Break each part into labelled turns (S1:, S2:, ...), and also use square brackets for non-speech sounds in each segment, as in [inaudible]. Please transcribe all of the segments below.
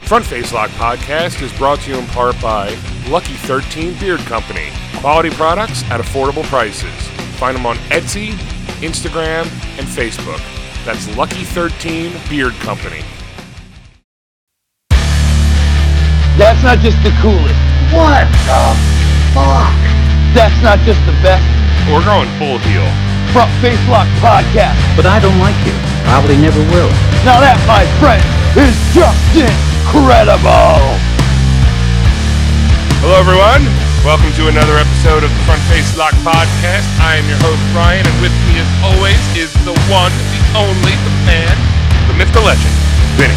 S1: Front Face Lock podcast is brought to you in part by Lucky 13 Beard Company. Quality products at affordable prices. Find them on Etsy, Instagram, and Facebook. That's Lucky 13 Beard Company.
S2: That's not just the coolest. What the fuck? That's not just the best.
S1: We're going full heel.
S2: Front Face Lock Podcast.
S3: But I don't like you. Probably never will.
S2: Now that, my friend, is just incredible.
S1: Hello, everyone. Welcome to another episode of the Front Face Lock Podcast. I am your host, Brian, and with me, as always, is the one, the only, the man, the myth, the legend, Vinny.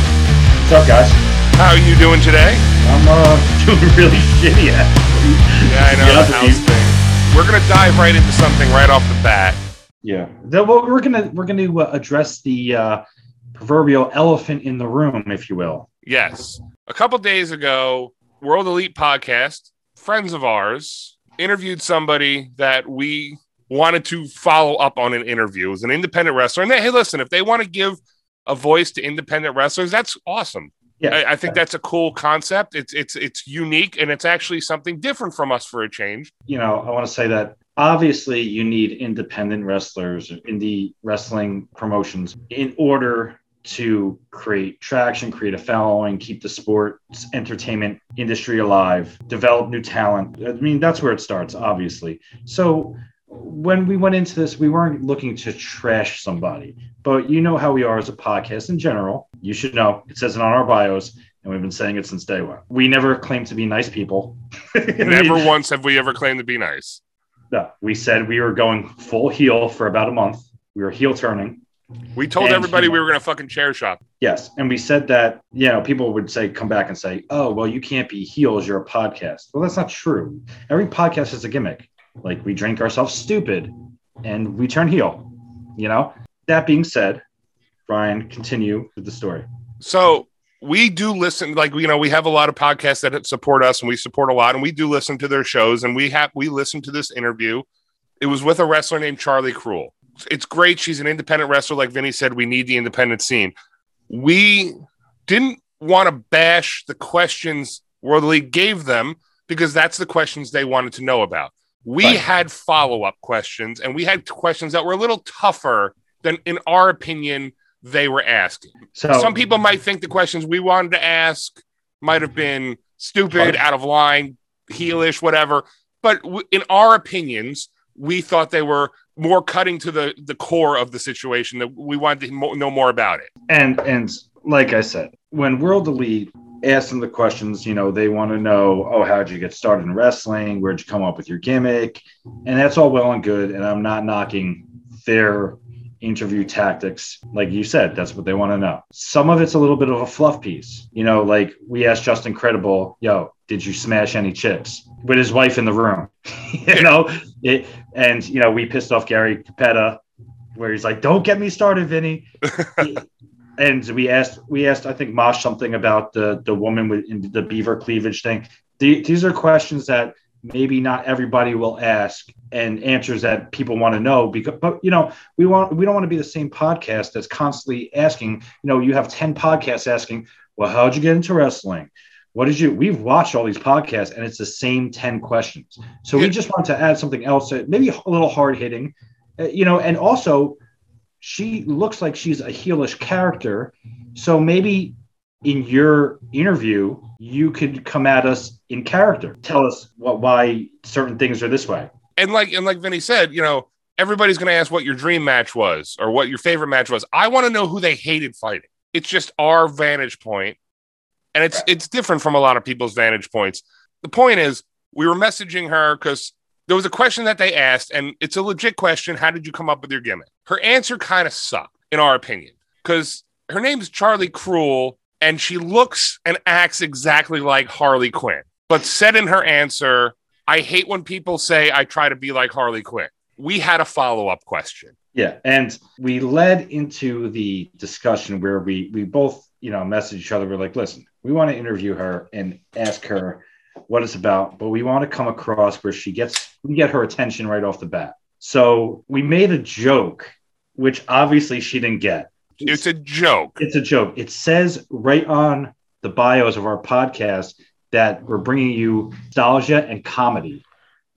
S4: What's up, guys?
S1: How are you doing today?
S4: I'm uh, [laughs] doing really shitty, actually.
S1: Yeah, I know
S4: Yeah,
S1: the
S4: but
S1: house
S4: you-
S1: thing. We're gonna dive right into something right off the bat.
S4: Yeah. Then, well, we're gonna we're gonna uh, address the uh, proverbial elephant in the room, if you will.
S1: Yes, a couple days ago, World Elite Podcast, friends of ours, interviewed somebody that we wanted to follow up on an interview. It was an independent wrestler, and they, hey, listen, if they want to give a voice to independent wrestlers, that's awesome.
S4: Yeah.
S1: I, I think that's a cool concept. It's it's it's unique, and it's actually something different from us for a
S4: [laughs]
S1: change.
S4: you know, I want to say that obviously you need independent wrestlers, indie wrestling promotions in order to create traction, create a following, keep the sports entertainment industry alive, develop new talent. I mean, that's where it starts, obviously. So when we went into this, we weren't looking to trash somebody, but you know how we are as a podcast in general. You should know it says it on our bios, and we've been saying it since day one. We never claim to be nice people. [laughs]
S1: Never once have we ever claimed to be nice.
S4: No, we said we were going full heel for about a month. We were heel turning.
S1: We told
S4: And
S1: everybody
S4: human.
S1: we were gonna fucking chair shop.
S4: Yes. And we said that, you know, people would say, come back and say, oh, well, you can't be heels. You're a podcast. Well, that's not true. Every podcast is a gimmick. Like we drink ourselves stupid and we turn heel, you know? That being said, Brian, continue with the story.
S1: So we do listen, like you know, we have a lot of podcasts that support us, and we support a lot, and we do listen to their shows, and we have we listened to this interview. It was with a wrestler named Charlie Cruel. It's great. She's an independent wrestler, like Vinny said. We need the independent scene. We didn't want to bash the questions World League gave them because that's the questions they wanted to know about. We
S4: Right.
S1: had follow up questions, and we had questions that were a little tougher than, in our opinion, they were asking
S4: So
S1: some people might think the questions we wanted to ask might have been stupid,
S4: Right.
S1: out of line, heelish, whatever. But w- in our opinions, we thought they were more cutting to the, the core of the situation that we wanted to mo- know more about it.
S4: and and like I said, when World Elite asked them the questions, you know, they want to know, oh, how'd you get started in wrestling? Where'd you come up with your gimmick? And that's all well and good. And I'm not knocking their interview tactics. Like you said, that's what they want to know. Some of it's a little bit of a fluff piece. You know, like we asked Justin Credible, yo, did you smash any chicks with his wife in the room? [laughs] you know, it, and, you know, we pissed off Gary Capetta where he's like, don't get me started, Vinny. and we asked we asked I think Mosh something about the the woman with in the beaver cleavage thing. The, these are questions that maybe not everybody will ask and answers that people want to know because but you know we want we don't want to be the same podcast that's constantly asking you know you have 10 podcasts asking well how'd you get into wrestling what did you we've watched all these podcasts and it's the same 10 questions so
S1: Yeah.
S4: we just want to add something else that maybe a little hard hitting eh, you know and also she looks like she's a heelish character. So maybe in your interview, you could come at us in character. Tell us what why certain things are this way.
S1: And like and like Vinny said, you know, everybody's going to ask what your dream match was or what your favorite match was. I want to know who they hated fighting. It's just our vantage point, and it's it's different from a lot of people's vantage points. The point is, we were messaging her because there was a question that they asked, and it's a legit question. How did you come up with your gimmick? Her answer kind of sucked, in our opinion, because her name's Charlie Cruel, and she looks and acts exactly like Harley Quinn. But said in her answer, I hate when people say I try to be like Harley Quinn. We had a follow up question.
S4: Yeah. And we led into the discussion where we we both, you know, messaged each other. We're like, listen, we want to interview her and ask her what it's about, but we want to come across where she gets we get her attention right off the bat. So we made a joke, which obviously she didn't get.
S1: It's a joke.
S4: It's a joke. It says right on the bios of our podcast that we're bringing you nostalgia and comedy.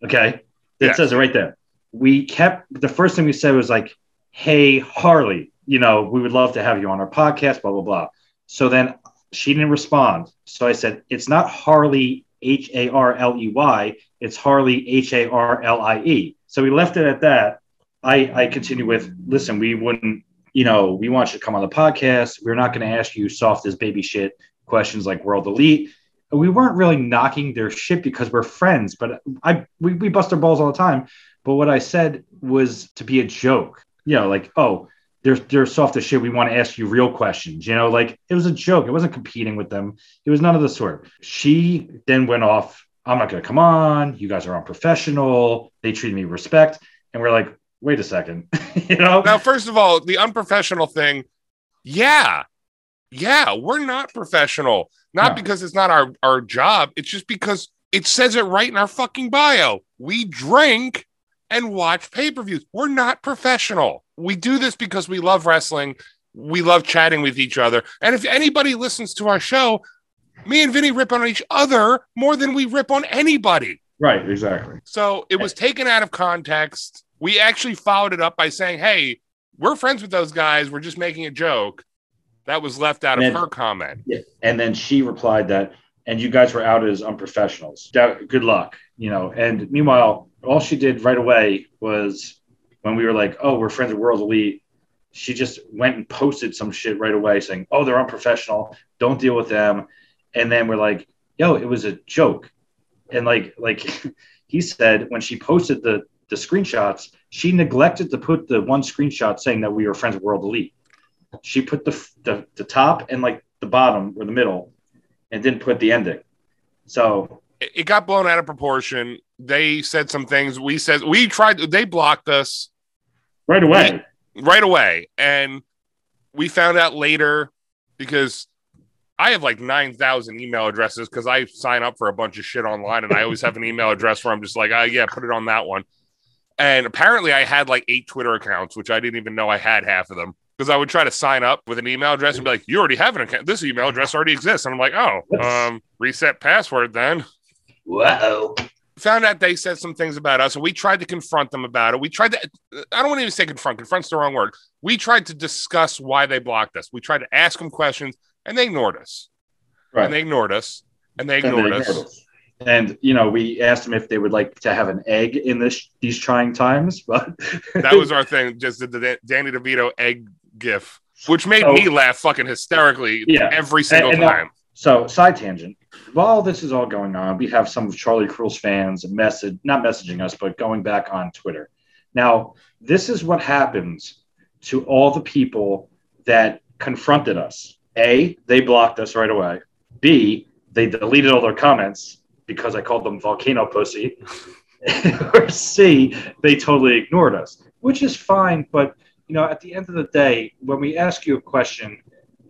S4: Okay. It
S1: Yeah.
S4: says it right there. We kept the first thing we said was like, Hey, Harley, you know, we would love to have you on our podcast, blah, blah, blah. So then she didn't respond. So I said, It's not Harley, H A R L E Y, it's Harley, H A R L I E. So we left it at that. I, I continue with, Listen, we wouldn't, you know, we want you to come on the podcast. We're not going to ask you soft as baby shit questions like World Elite. We weren't really knocking their shit because we're friends, but I we, we bust our balls all the time. But what I said was to be a joke, you know, like, oh, they're they're soft as shit. We want to ask you real questions, you know, like it was a joke. It wasn't competing with them. It was none of the sort. She then went off. I'm not going to come on. You guys are unprofessional. They treat me with respect, and we're like, wait a second, [laughs] you know.
S1: Now, first of all, the unprofessional thing, yeah. Yeah, we're not professional. Not
S4: No.
S1: because it's not our, our job. It's just because it says it right in our fucking bio. We drink and watch pay per views. We're not professional. We do this because we love wrestling. We love chatting with each other. And if anybody listens to our show, me and Vinny rip on each other more than we rip on anybody.
S4: Right, exactly.
S1: So it was taken out of context. We actually followed it up by saying, "Hey, we're friends with those guys. We're just making a joke." That was left out of
S4: Man.
S1: her comment.
S4: And then she replied that, and you guys were out as unprofessionals. That- good luck, you know. And meanwhile, all she did right away was when we were like, oh, we're friends with World Elite, she just went and posted some shit right away saying, oh, they're unprofessional. Don't deal with them. And then we're like, yo, it was a joke. And like, like [laughs] he said, when she posted the, the screenshots, she neglected to put the one screenshot saying that we were friends with World Elite. She put the, f- the, the top and like the bottom or the middle and didn't put the ending. So
S1: It it got blown out of proportion. They said some things. We said we tried. They blocked us
S4: right away.
S1: right away, and we found out later because I have like nine thousand email addresses because I sign up for a bunch of shit online, and I always have an email address where I'm just like, "Oh yeah, put it on that one." And apparently, I had like eight Twitter accounts, which I didn't even know I had half of them because I would try to sign up with an email address and be like, "You already have an account. This email address already exists." And I'm like, "Oh, um, reset password then."
S2: Whoa.
S1: Found out they said some things about us, and we tried to confront them about it. We tried to, I don't want to even say confront, confront's the wrong word. We tried to discuss why they blocked us. We tried to ask them questions, and they ignored us.
S4: Right.
S1: And they ignored us. And they
S4: And they
S1: ignored us.
S4: ignored us. And you know, we asked them if they would like to have an egg in this these trying times, but [laughs]
S1: that was our thing. Just did the Dan- Danny DeVito egg gif, which made
S4: So-
S1: me laugh fucking hysterically
S4: Yeah.
S1: every single
S4: and that-
S1: time.
S4: so side tangent. While this is all going on, we have some of Charlie Cruel's fans message not messaging us, but going back on Twitter. Now, this is what happens to all the people that confronted us. A, they blocked us right away. B, they deleted all their comments because I called them volcano pussy. [laughs] or C, they totally ignored us, which is fine. But you know, at the end of the day, when we ask you a question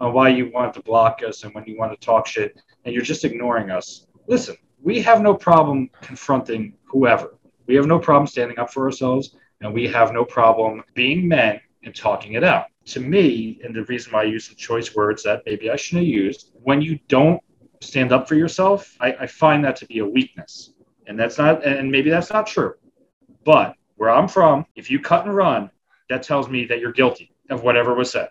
S4: on why you want to block us and when you want to talk shit, and you're just ignoring us, listen, we have no problem confronting whoever. We have no problem standing up for ourselves, and we have no problem being men and talking it out. To me, and the reason why I use some choice words that maybe I shouldn't have used, when you don't stand up for yourself, I, I find that to be a weakness and that's not and maybe that's not true but where i'm from if you cut and run that tells me that you're guilty of whatever was said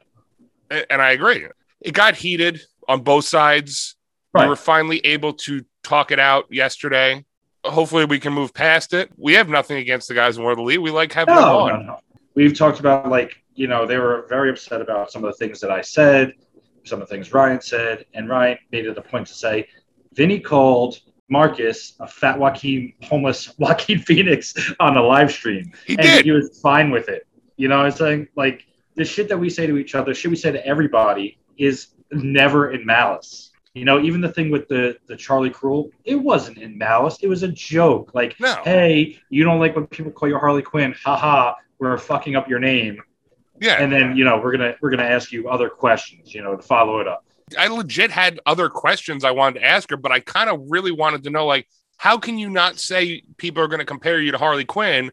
S1: A- And I agree. It got heated on both sides.
S4: Right.
S1: We were finally able to talk it out yesterday. Hopefully, we can move past it. We have nothing against the guys in World Elite. We like having them
S4: no,
S1: on.
S4: no, no. we've talked about like you know they were very upset about some of the things that i said some of the things ryan said and ryan made it a point to say vinny called marcus a fat joaquin homeless [laughs] joaquin phoenix on a live stream
S1: He
S4: and
S1: did.
S4: he was fine with it. You know what I'm saying? Like the shit that we say to each other, shit we say to everybody is never in malice. You know, even the thing with the the Charlie Cruel, it wasn't in malice. It was a joke. Like,
S1: No.
S4: hey, you don't like when people call you Harley Quinn. Haha, we're fucking up your name.
S1: Yeah.
S4: And then, you know, we're gonna we're gonna ask you other questions, you know, to follow it up.
S1: I legit had other questions I wanted to ask her, but I kind of really wanted to know like, how can you not say people are going to compare you to Harley Quinn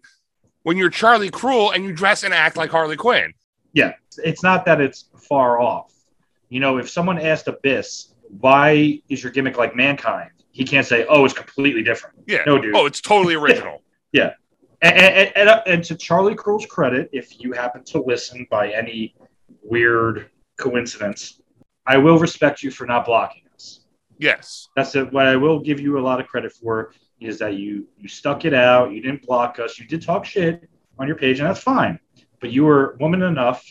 S1: when you're Charlie Cruel and you dress and act like Harley Quinn?
S4: it's not that it's far off. You know, if someone asked Abyss why is your gimmick like mankind? He can't say, oh, it's completely different.
S1: Yeah.
S4: No, dude.
S1: Oh, it's totally original. [laughs]
S4: And, and, and, uh, and to Charlie Curl's credit, if you happen to listen by any weird coincidence, I will respect you for not blocking us.
S1: yes.
S4: That's it. What I will give you a lot of credit for is that you you stuck it out. You didn't block us. You did talk shit on your page, and that's fine. But you were woman enough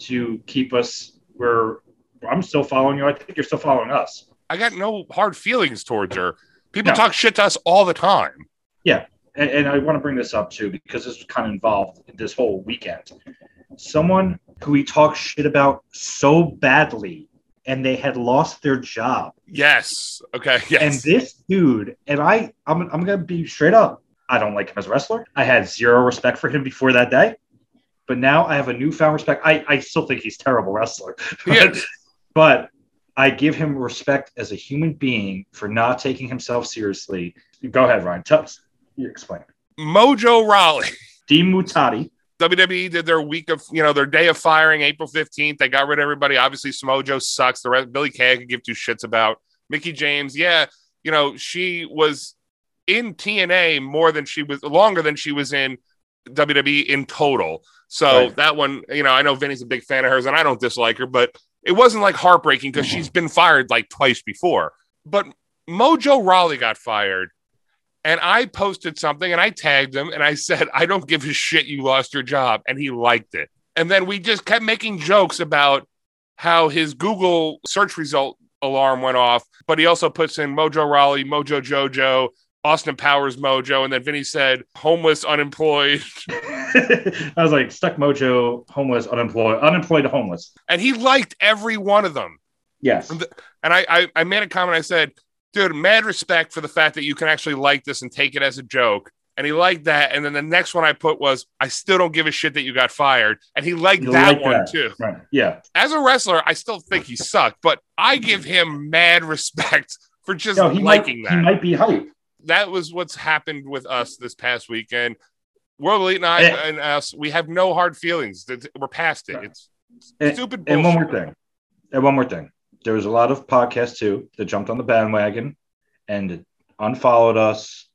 S4: to keep us where I'm still following you. I think you're still following us.
S1: I got no hard feelings towards her. People
S4: No.
S1: talk shit to us all the time.
S4: and, and I want to bring this up too because this was kind of involved this whole weekend. Someone who we talked shit about so badly, and they had lost their job.
S1: Yes. Okay. [laughs]
S4: And
S1: Yes.
S4: this dude, and I, I'm, I'm gonna be straight up. I don't like him as a wrestler. I had zero respect for him before that day, but now I have a newfound respect. I, I still think he's a terrible wrestler. [laughs]
S1: Yes.
S4: but I give him respect as a human being for not taking himself seriously. Go ahead, Ryan. Tell us. You explain.
S1: Mojo Raleigh.
S4: Dean Mutati.
S1: WWE E did their week of, you know, their day of firing April 15th. They got rid of everybody. Obviously, Smojo sucks. The rest, Billy Kay, I could give two shits about. Mickey James, yeah, you know, she was in TNA more than she was, longer than she was in WWE in total. So
S4: Right.
S1: that one, you know, I know Vinny's a big fan of hers and I don't dislike her, but it wasn't like heartbreaking because she's been fired like twice before. But Mojo Raleigh got fired. And I posted something and I tagged him and I said, I don't give a shit you lost your job. And he liked it. And then we just kept making jokes about how his Google search result alarm went off. But he also puts in Mojo Raleigh, Mojo Jojo, Austin Powers Mojo. And then Vinny said, homeless, unemployed. [laughs]
S4: [laughs] I was like stuck mojo, homeless, unemployed, unemployed to homeless.
S1: And he liked every one of them.
S4: Yes.
S1: And I, I, I made a comment. I said, dude, mad respect for the fact that you can actually like this and take it as a joke. And he liked that. And then the next one I put was, I still don't give a shit that you got fired. And he liked
S4: You
S1: that
S4: like
S1: one
S4: that.
S1: too.
S4: Right. Yeah.
S1: As a wrestler, I still think he sucked, but I give him mad [laughs] respect for just
S4: No, he
S1: liking
S4: might,
S1: that.
S4: He might be hype.
S1: That was what's happened with us this past weekend. World Elite and, I,
S4: Eh.
S1: and us, we have no hard feelings. That's- We're past it. It's
S4: Eh,
S1: stupid bullshit.
S4: And one more thing. And one more thing. There was a lot of podcasts too that jumped on the bandwagon and unfollowed us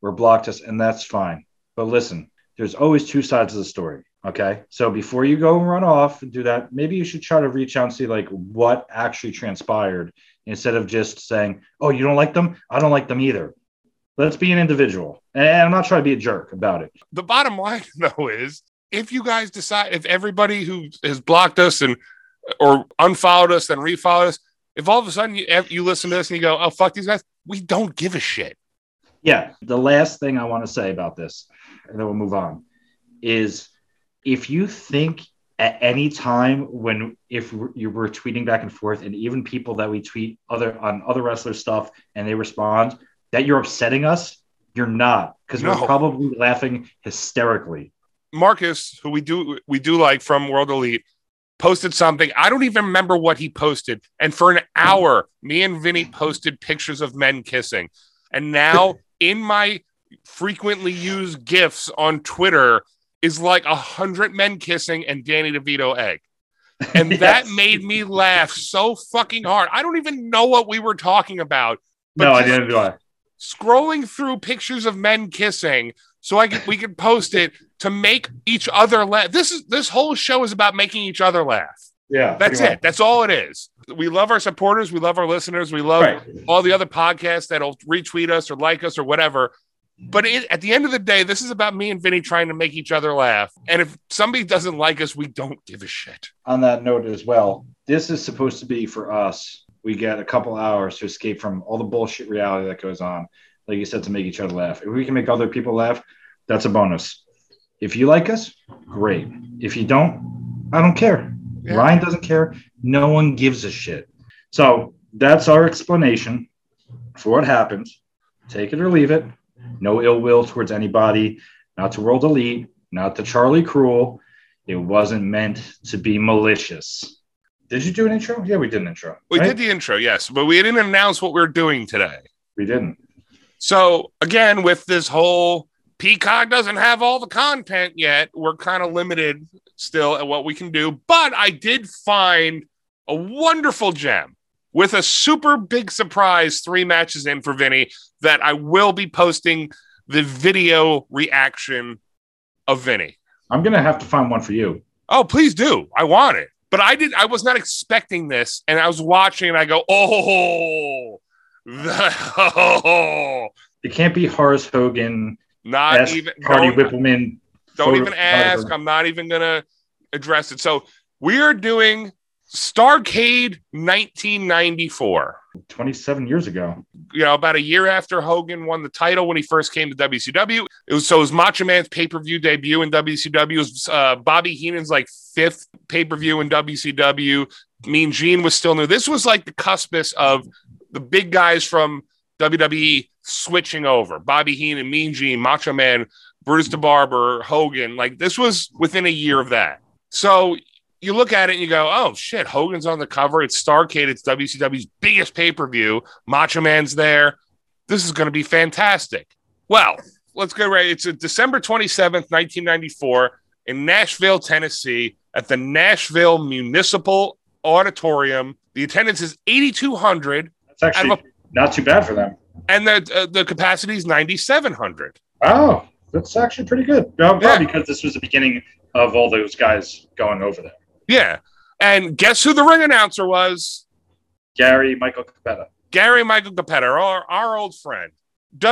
S4: or blocked us, and that's fine. But listen, there's always two sides of the story. Okay. So before you go and run off and do that, maybe you should try to reach out and see like what actually transpired instead of just saying, Oh, you don't like them? I don't like them either. Let's be an individual. And I'm not trying to be a jerk about it.
S1: the bottom line [laughs] though is if you guys decide if everybody who has blocked us and or unfollowed us and refollowed us if all of a sudden you, if you listen to this and you go oh fuck these guys we don't give a shit
S4: Yeah. The last thing I want to say about this, and then we'll move on, is if you think at any time when if you were tweeting back and forth, and even people that we tweet other on other wrestler stuff and they respond that you're upsetting us, you're not because
S1: No.
S4: we're probably laughing hysterically.
S1: marcus who we do we do like from world elite posted something i don't even remember what he posted and for an hour me and vinny posted pictures of men kissing and now in my frequently used gifs on twitter is like a hundred men kissing and danny devito egg And that
S4: Yes.
S1: made me laugh so fucking hard. I don't even know what we were talking about. but
S4: no, I
S1: just-
S4: didn't do it.
S1: Scrolling through pictures of men kissing so I could we could post it to make each other laugh. This is this whole show is about making each other laugh.
S4: Yeah,
S1: That's
S4: pretty
S1: it. That's all it is. We love our supporters, we love our listeners, we love
S4: much. Right.
S1: all the other podcasts that'll retweet us or like us or whatever. But it, at the end of the day, this is about me and Vinny trying to make each other laugh. And if somebody doesn't like us, we don't give a shit.
S4: on that note as well, this is supposed to be for us. We get a couple hours to escape from all the bullshit reality that goes on. Like you said, to make each other laugh. If we can make other people laugh, that's a bonus. If you like us, great. If you don't, I don't care.
S1: Yeah.
S4: Ryan doesn't care. No one gives a shit. So that's our explanation for what happened. Take it or leave it. No ill will towards anybody, not to World Elite, not to Charlie Cruel it wasn't meant to be malicious. Did you do an intro? Yeah, we did an intro.
S1: We
S4: right?
S1: did the intro, yes, but we didn't announce what we're doing today.
S4: We didn't.
S1: So again, with this whole Peacock doesn't have all the content yet, we're kind of limited still at what we can do. But I did find a wonderful gem with a super big surprise three matches in for Vinny that I will be posting the video reaction of Vinny.
S4: I'm gonna have to find one for you.
S1: Oh, please do. I want it. But I did I was not expecting this. And I was watching and I go, oh, [laughs] the- [laughs]
S4: It can't be Horace Hogan,
S1: not
S4: ask
S1: even
S4: Hardy
S1: don't-
S4: Whippleman.
S1: Don't
S4: photo-
S1: even ask.
S4: photographer.
S1: I'm not even gonna address it. So we are doing Starcade 1994.
S4: 27 years ago.
S1: You know, about a year after Hogan won the title when he first came to WCW. It was so it was Macho Man's pay per view debut in WCW. It was uh, Bobby Heenan's like fifth pay per view in WCW. Mean Gene was still new. This was like the cuspus of the big guys from WWE switching over. Bobby Heenan, Mean Gene, Macho Man, Bruce DeBarber, Hogan. Like this was within a year of that. So you look at it and you go, oh shit, Hogan's on the cover. It's Starcade. It's WCW's biggest pay per view. Macho Man's there. This is going to be fantastic. Well, let's go right. It's uh, December 27th, 1994, in Nashville, Tennessee, at the Nashville Municipal Auditorium. The attendance is 8,200
S4: That's actually
S1: Out
S4: not too bad for them.
S1: and the, uh, the capacity is 9,700.
S4: Oh, that's actually pretty good. Yeah,
S1: Yeah.
S4: because this was the beginning of all those guys going over there.
S1: Yeah. And guess who the ring announcer was?
S4: Gary, Michael Capetta.
S1: Gary Michael Capetta, our, our old friend.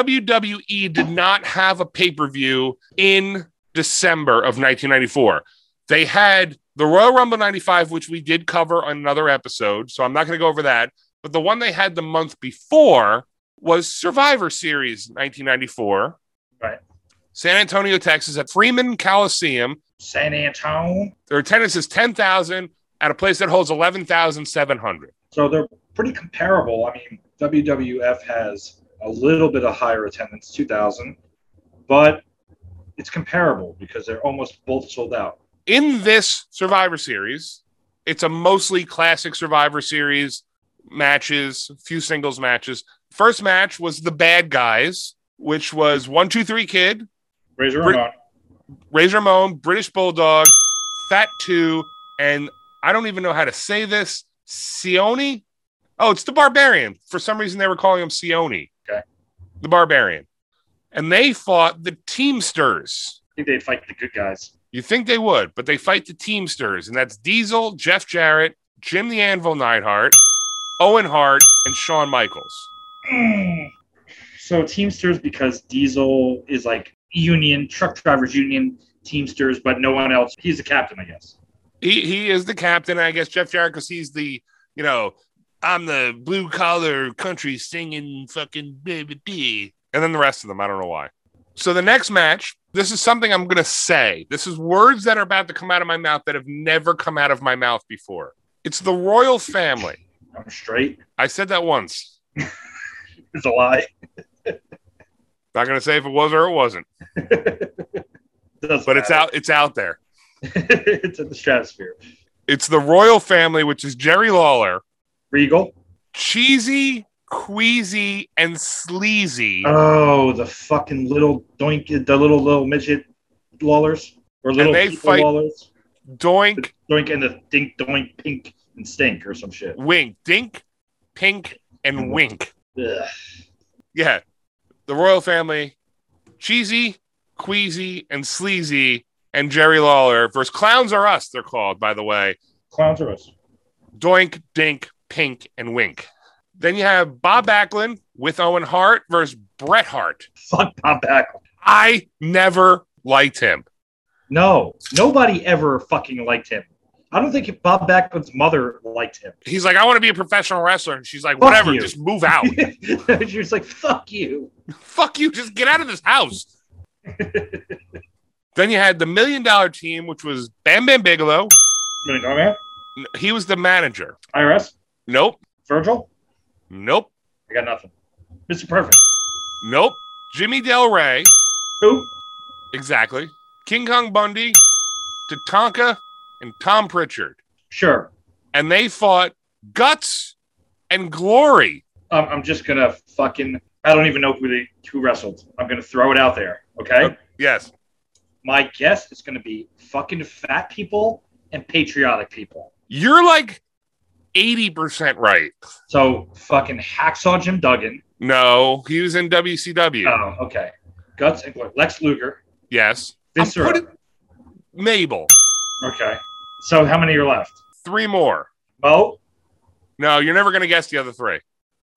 S1: WWE did not have a pay per view in December of 1994. They had the Royal Rumble 95, which we did cover on another episode. So I'm not going to go over that. But the one they had the month before was Survivor Series 1994.
S4: Right.
S1: San Antonio, Texas, at Freeman Coliseum.
S4: San Antonio.
S1: Their attendance is 10,000 at a place that holds 11,700.
S4: So they're pretty comparable. I mean, WWF has a little bit of higher attendance, 2,000, but it's comparable because they're almost both sold out.
S1: in this Survivor Series, it's a mostly classic Survivor Series matches, few singles matches. First match was the Bad Guys, which was one, two, three Kid,
S4: Razor
S1: Pretty-
S4: Ramon.
S1: Razor Ramon, British Bulldog, Fat Two, and I don't even know how to say this. Sione? Oh, it's the Barbarian. For some reason, they were calling him Sione.
S4: Okay.
S1: The Barbarian. And they fought the Teamsters.
S4: I think they'd fight the good guys.
S1: You think they would, but they fight the Teamsters, and that's Diesel, Jeff Jarrett, Jim the Anvil Neidhart, Owen Hart, and Shawn Michaels.
S4: So Teamsters because Diesel is like union truck drivers union Teamsters, but no one else. He's the captain, I guess.
S1: He he is the captain, I guess. Jeff Jarrett, because he's the you know, I'm the blue collar country singing fucking baby B, and then the rest of them. I don't know why. So the next match, this is something I'm gonna say. This is words that are about to come out of my mouth that have never come out of my mouth before. It's the royal family.
S4: I'm straight.
S1: I said that once.
S4: It's a lie. [laughs]
S1: Not gonna say if it was or it wasn't, but it's out. It's out there.
S4: [laughs] it's in the stratosphere.
S1: It's the royal family, which is Jerry Lawler,
S4: Regal.
S1: cheesy, queasy, and sleazy,
S4: Oh, the fucking little doink, the little little midget Lawlers or little
S1: they
S4: people
S1: fight-
S4: Lawlers.
S1: doink,
S4: Doink and the dink doink pink and stink or some shit.
S1: wink, dink, pink, and wink.
S4: Ugh.
S1: Yeah, the royal family, cheesy, queasy, and sleazy, and Jerry Lawler versus Clowns Are Us. They're called, by the way.
S4: Clowns are us.
S1: Doink, Dink, Pink, and Wink. Then you have Bob Backlund with Owen Hart versus Bret Hart.
S4: Fuck Bob Backlund.
S1: I never liked him.
S4: No, nobody ever fucking liked him. I don't think Bob Backlund's mother liked him. [laughs]
S1: He's like, I want to be a professional wrestler. And she's like,
S4: Fuck
S1: whatever,
S4: you.
S1: just move
S4: [laughs]
S1: out.
S4: she was like, "Fuck you."
S1: Fuck you, just get out of this
S4: [laughs]
S1: house. then you had the Million Dollar Team, which was Bam Bam Bigelow.
S4: Million Dollar Man,
S1: N- He was the manager.
S4: IRS,
S1: Nope,
S4: Virgil.
S1: nope,
S4: I got nothing. Mr. Perfect.
S1: nope. Jimmy Del Rey,
S4: Who?
S1: exactly. King Kong Bundy, Tatanka, and Tom Pritchard.
S4: Sure.
S1: And they fought Guts and Glory.
S4: Um, I'm just gonna fucking. I don't even know who they who wrestled. I'm gonna throw it out there. Okay.
S1: Okay. Yes,
S4: My guess is gonna be fucking fat people and patriotic people.
S1: you're like 80% right.
S4: So fucking hacksaw Jim Duggan.
S1: No, he was in WCW.
S4: Oh, okay. Guts and Glory. Lex Luger.
S1: yes. I'm
S4: Vince Russo.
S1: putting- Mabel.
S4: Okay. So how many are left?
S1: Three more.
S4: Mo?
S1: No, you're never going to guess the other three.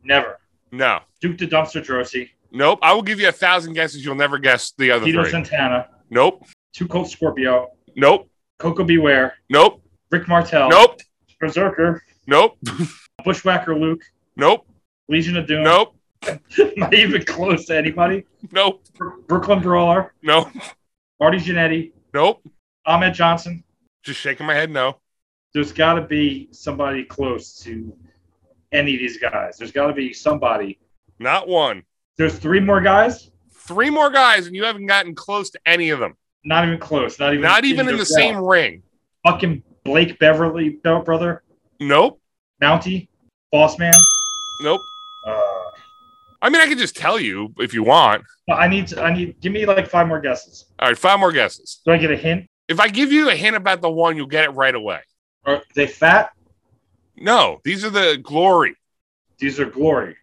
S4: Never.
S1: No.
S4: Duke the Dumpster Drosy.
S1: Nope. I will give you a thousand guesses. You'll never guess the other
S4: Tito
S1: three.
S4: Santana.
S1: Nope.
S4: Two Cold Scorpio.
S1: Nope.
S4: Coco Beware.
S1: Nope.
S4: Rick Martel.
S1: Nope.
S4: Berserker.
S1: Nope.
S4: Bushwhacker Luke.
S1: Nope.
S4: Legion of Doom.
S1: Nope.
S4: [laughs] Not even close to anybody.
S1: Nope.
S4: Bro- Brooklyn Brawler.
S1: Nope.
S4: Marty Jannetty.
S1: Nope.
S4: Ahmed Johnson.
S1: Just shaking my head. No.
S4: There's got to be somebody close to any of these guys. There's got to be somebody.
S1: Not one.
S4: There's three more guys.
S1: Three more guys, and you haven't gotten close to any of them.
S4: Not even close. Not even.
S1: Not even in the same ring.
S4: Fucking Blake Beverly, bro- brother.
S1: Nope.
S4: Mountie. Boss man.
S1: Nope.
S4: Uh,
S1: I mean, I can just tell you if you want.
S4: But I need to, I need give me like five more guesses.
S1: All right, five more guesses.
S4: Do I get a hint?
S1: If I give you a hint about the one, you'll get it right away.
S4: Are they fat?
S1: No, these are the glory.
S4: These are glory.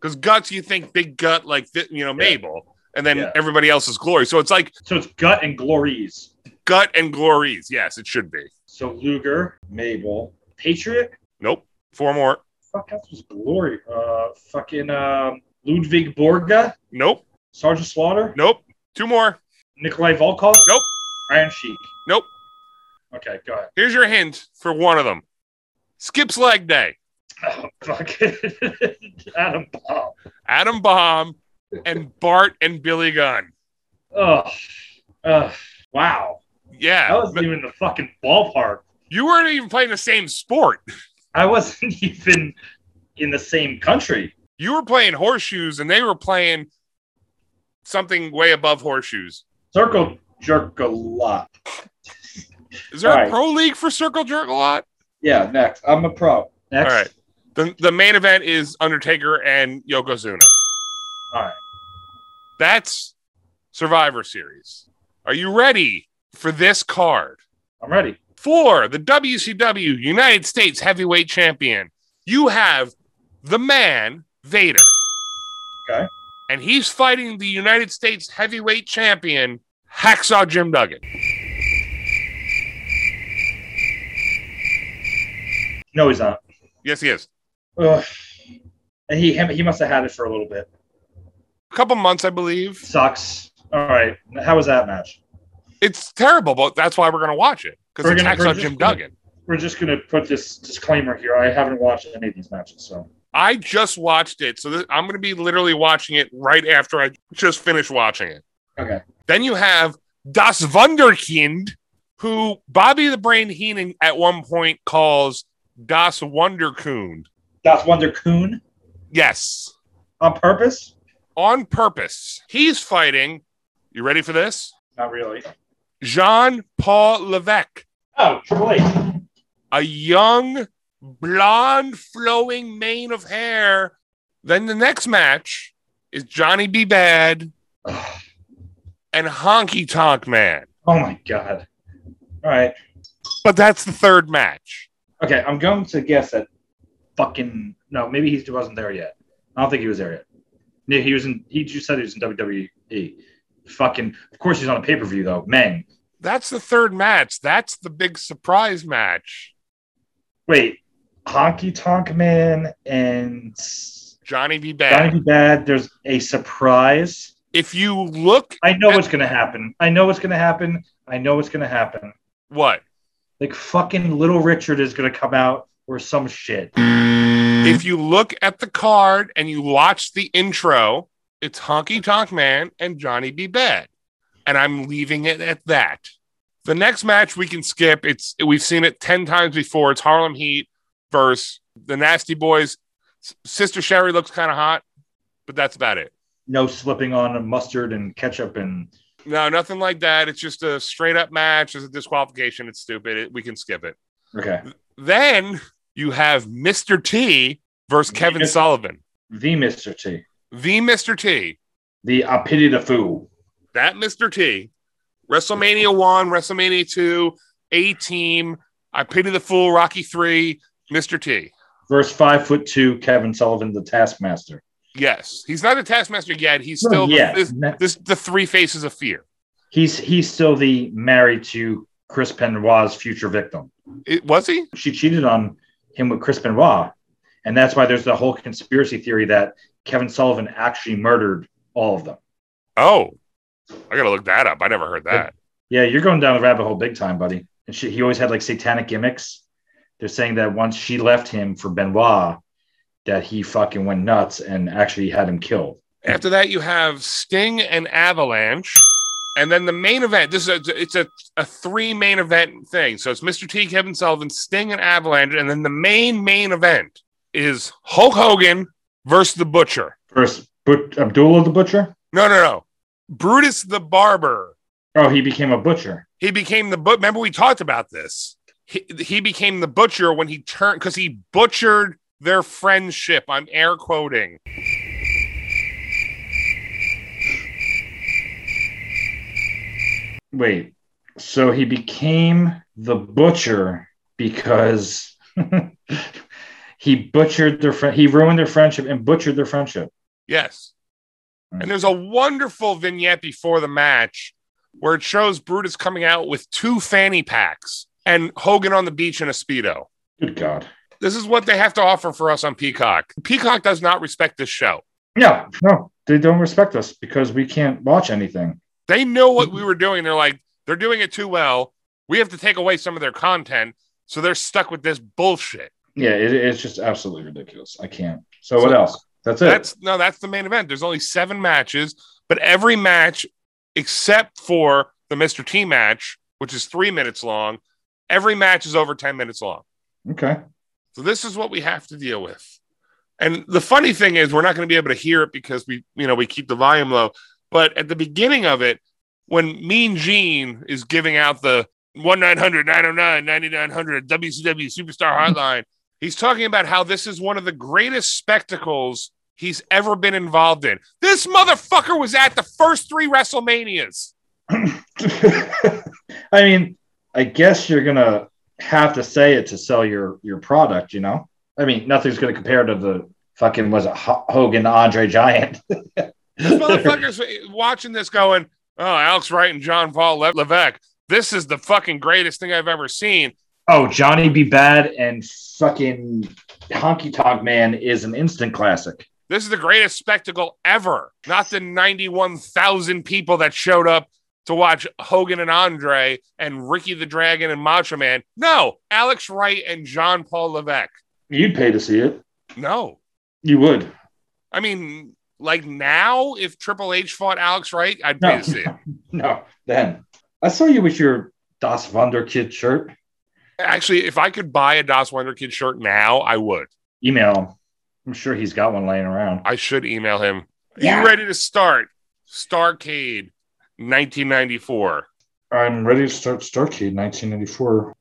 S1: Because guts, you think big gut like thi- you know Mabel, and then
S4: Yeah.
S1: everybody else is glory. So it's like
S4: So it's gut and glories.
S1: gut and glories. Yes, it should be.
S4: So Luger, Mabel, Patriot.
S1: Nope. Four more.
S4: Fuck, that was glory. Uh, fucking um, Ludwig Borga,
S1: Nope.
S4: Sergeant Slaughter,
S1: Nope. Two more.
S4: Nikolai Volkov.
S1: Nope.
S4: Iron Sheik.
S1: Nope.
S4: Okay, go ahead. [laughs]
S1: Here's your hint for one of them. Skips leg day.
S4: Oh, fuck. [laughs] Adam Bomb.
S1: Adam Baum
S4: [laughs]
S1: and Bart and Billy Gunn.
S4: Ugh. Ugh. Wow. That
S1: Yeah.
S4: wasn't even in the fucking ballpark.
S1: You weren't even playing the same sport.
S4: I wasn't [laughs] even in the same country.
S1: You were playing horseshoes and they were playing something way above horseshoes.
S4: Circle jerk a lot.
S1: Is there
S4: All
S1: a
S4: right.
S1: pro league for circle jerk a lot?
S4: Yeah, next. I'm a pro. Next.
S1: All right. The, the main event is Undertaker and Yokozuna.
S4: All right.
S1: That's Survivor Series. Are you ready for this card?
S4: I'm ready.
S1: for the WCW United States Heavyweight Champion, you have the man, Vader.
S4: Okay.
S1: And he's fighting the United States Heavyweight Champion, Hacksaw Jim Duggan.
S4: No, he's not.
S1: Yes, he is.
S4: Ugh. And he he must have had it for a little bit.
S1: A couple months, I believe.
S4: Sucks. All right. How was that match?
S1: It's terrible, but that's why we're going to watch it because
S4: We're
S1: it's
S4: gonna- we're
S1: Hacksaw
S4: just
S1: Jim
S4: gonna-
S1: Duggan.
S4: We're just gonna put this disclaimer here. I haven't watched any of these matches, so
S1: I just watched it, so th- I'm going to be literally watching it right after I just finish watching it.
S4: okay.
S1: Then you have Das Wunderkind, who Bobby the Brain Heenan at one point calls Das Wunderkund.
S4: That's Wonder Coon
S1: Yes,
S4: on purpose?
S1: on purpose. He's fighting. You ready for this?
S4: Not really.
S1: Jean Paul Levesque,
S4: Oh, Triple H.
S1: a young, blonde, flowing mane of hair. Then the next match is Johnny B. Bad
S4: Ugh.
S1: and Honky Tonk Man.
S4: Oh my god. All right.
S1: But that's the third match.
S4: Okay, I'm going to guess that fucking no, maybe he wasn't there yet. I don't think he was there yet. Yeah, he was in. He just said he was in WWE. Fucking, of course he's on a pay per view though. Meng.
S1: That's the third match. That's the big surprise match.
S4: Wait, Honky Tonk Man and
S1: Johnny B.
S4: Johnny
S1: Bad.
S4: B. Bad. There's a surprise.
S1: If you look,
S4: I know what's gonna happen. I know what's gonna happen. I know what's gonna happen.
S1: what?
S4: Like fucking Little Richard is gonna come out or some shit.
S1: If you look at the card and you watch the intro, it's Honky Tonk Man and Johnny B. Bad. And I'm leaving it at that. The next match we can skip. It's we've seen it 10 times before. It's Harlem Heat versus the Nasty Boys. S- Sister Sherry looks kind of hot, but that's about it.
S4: No slipping on mustard and ketchup and
S1: No, nothing like that. It's just a straight up match. It's a disqualification. It's stupid. It, we can skip it.
S4: okay.
S1: Then you have Mr. T versus Kevin
S4: Yeah.
S1: Sullivan,
S4: The Mr. T.
S1: the Mr. T.
S4: The I pity the fool.
S1: That Mr. T. WrestleMania 1, WrestleMania 2, A Team, I Pity the Fool, Rocky 3, Mr. T.
S4: versus five foot two Kevin Sullivan, the Taskmaster.
S1: Yes, he's not a taskmaster yet. He's still
S4: yeah,
S1: this, this the three faces of fear.
S4: he's he's still the married to Chris Benoit's future victim.
S1: It, was he?
S4: She cheated on him with Chris Benoit, and that's why there's the whole conspiracy theory that Kevin Sullivan actually murdered all of them.
S1: Oh, I gotta look that up. I never heard that.
S4: Yeah, you're going down the rabbit hole big time, buddy. And she, he always had like satanic gimmicks. They're saying that once she left him for Benoit, that he fucking went nuts and actually had him killed.
S1: After that, you have Sting and Avalanche, and then the main event. This is a, it's a, a three main event thing. So it's Mr. T, Kevin Sullivan, Sting, and Avalanche, and then the main main event is Hulk Hogan versus the Butcher.
S4: First, but- Abdullah the Butcher.
S1: No, no, no, Brutus the Barber.
S4: Oh, he became a butcher.
S1: He became the but. Remember we talked about this. He, he became the butcher when he turned because he butchered their friendship. I'm air quoting.
S4: Wait, so he became the butcher because [laughs] he butchered their friend. He ruined their friendship and butchered their friendship.
S1: Yes.
S4: Hmm.
S1: And there's a wonderful vignette before the match where it shows Brutus coming out with two fanny packs and Hogan on the beach in a Speedo.
S4: Good God.
S1: This is what they have to offer for us on Peacock. Peacock does not respect this show.
S4: No, no, they don't respect us because we can't watch anything.
S1: They know what we were doing. They're like, they're doing it too well. We have to take away some of their content. So they're stuck with this bullshit.
S4: Yeah, it, it's just absolutely ridiculous. I can't. So, what
S1: So-
S4: else? That's it.
S1: That's no, that's the main event. There's only seven matches, but every match except for the Mr. T match, which is three minutes long, every match is over 10 minutes long.
S4: okay.
S1: So this is what we have to deal with. And the funny thing is we're not going to be able to hear it because we, you know, we keep the volume low. But at the beginning of it, when Mean Gene is giving out the 1-900-909-9900 WCW Superstar Hotline, he's talking about how this is one of the greatest spectacles he's ever been involved in. This motherfucker was at the first three WrestleManias.
S4: I mean, I guess you're gonna have to say it to sell your your product. You know, I mean, nothing's gonna compare to the fucking was it H- Hogan Andre Giant. [laughs]
S1: This motherfucker's watching this going, oh, Alex Wright and John Paul Le- Levesque. This is the fucking greatest thing I've ever seen.
S4: oh, Johnny B. Bad and fucking Honky Tonk Man is an instant classic.
S1: This is the greatest spectacle ever. Not the 91,000 people that showed up to watch Hogan and Andre and Ricky the Dragon and Macho Man. No, Alex Wright and John Paul Levesque.
S4: You'd pay to see it.
S1: No.
S4: You would.
S1: I mean, like now, if Triple H fought Alex Wright, I'd pay
S4: No.
S1: to see it.
S4: [laughs] No, then I saw you with your Das Wunderkid shirt.
S1: Actually, if I could buy a Das Wonderkid shirt now, I would.
S4: Email. him. I'm sure he's got one laying around.
S1: I should email him.
S4: Yeah.
S1: You ready to start Starcade 1994?
S4: I'm ready to start Starcade 1984.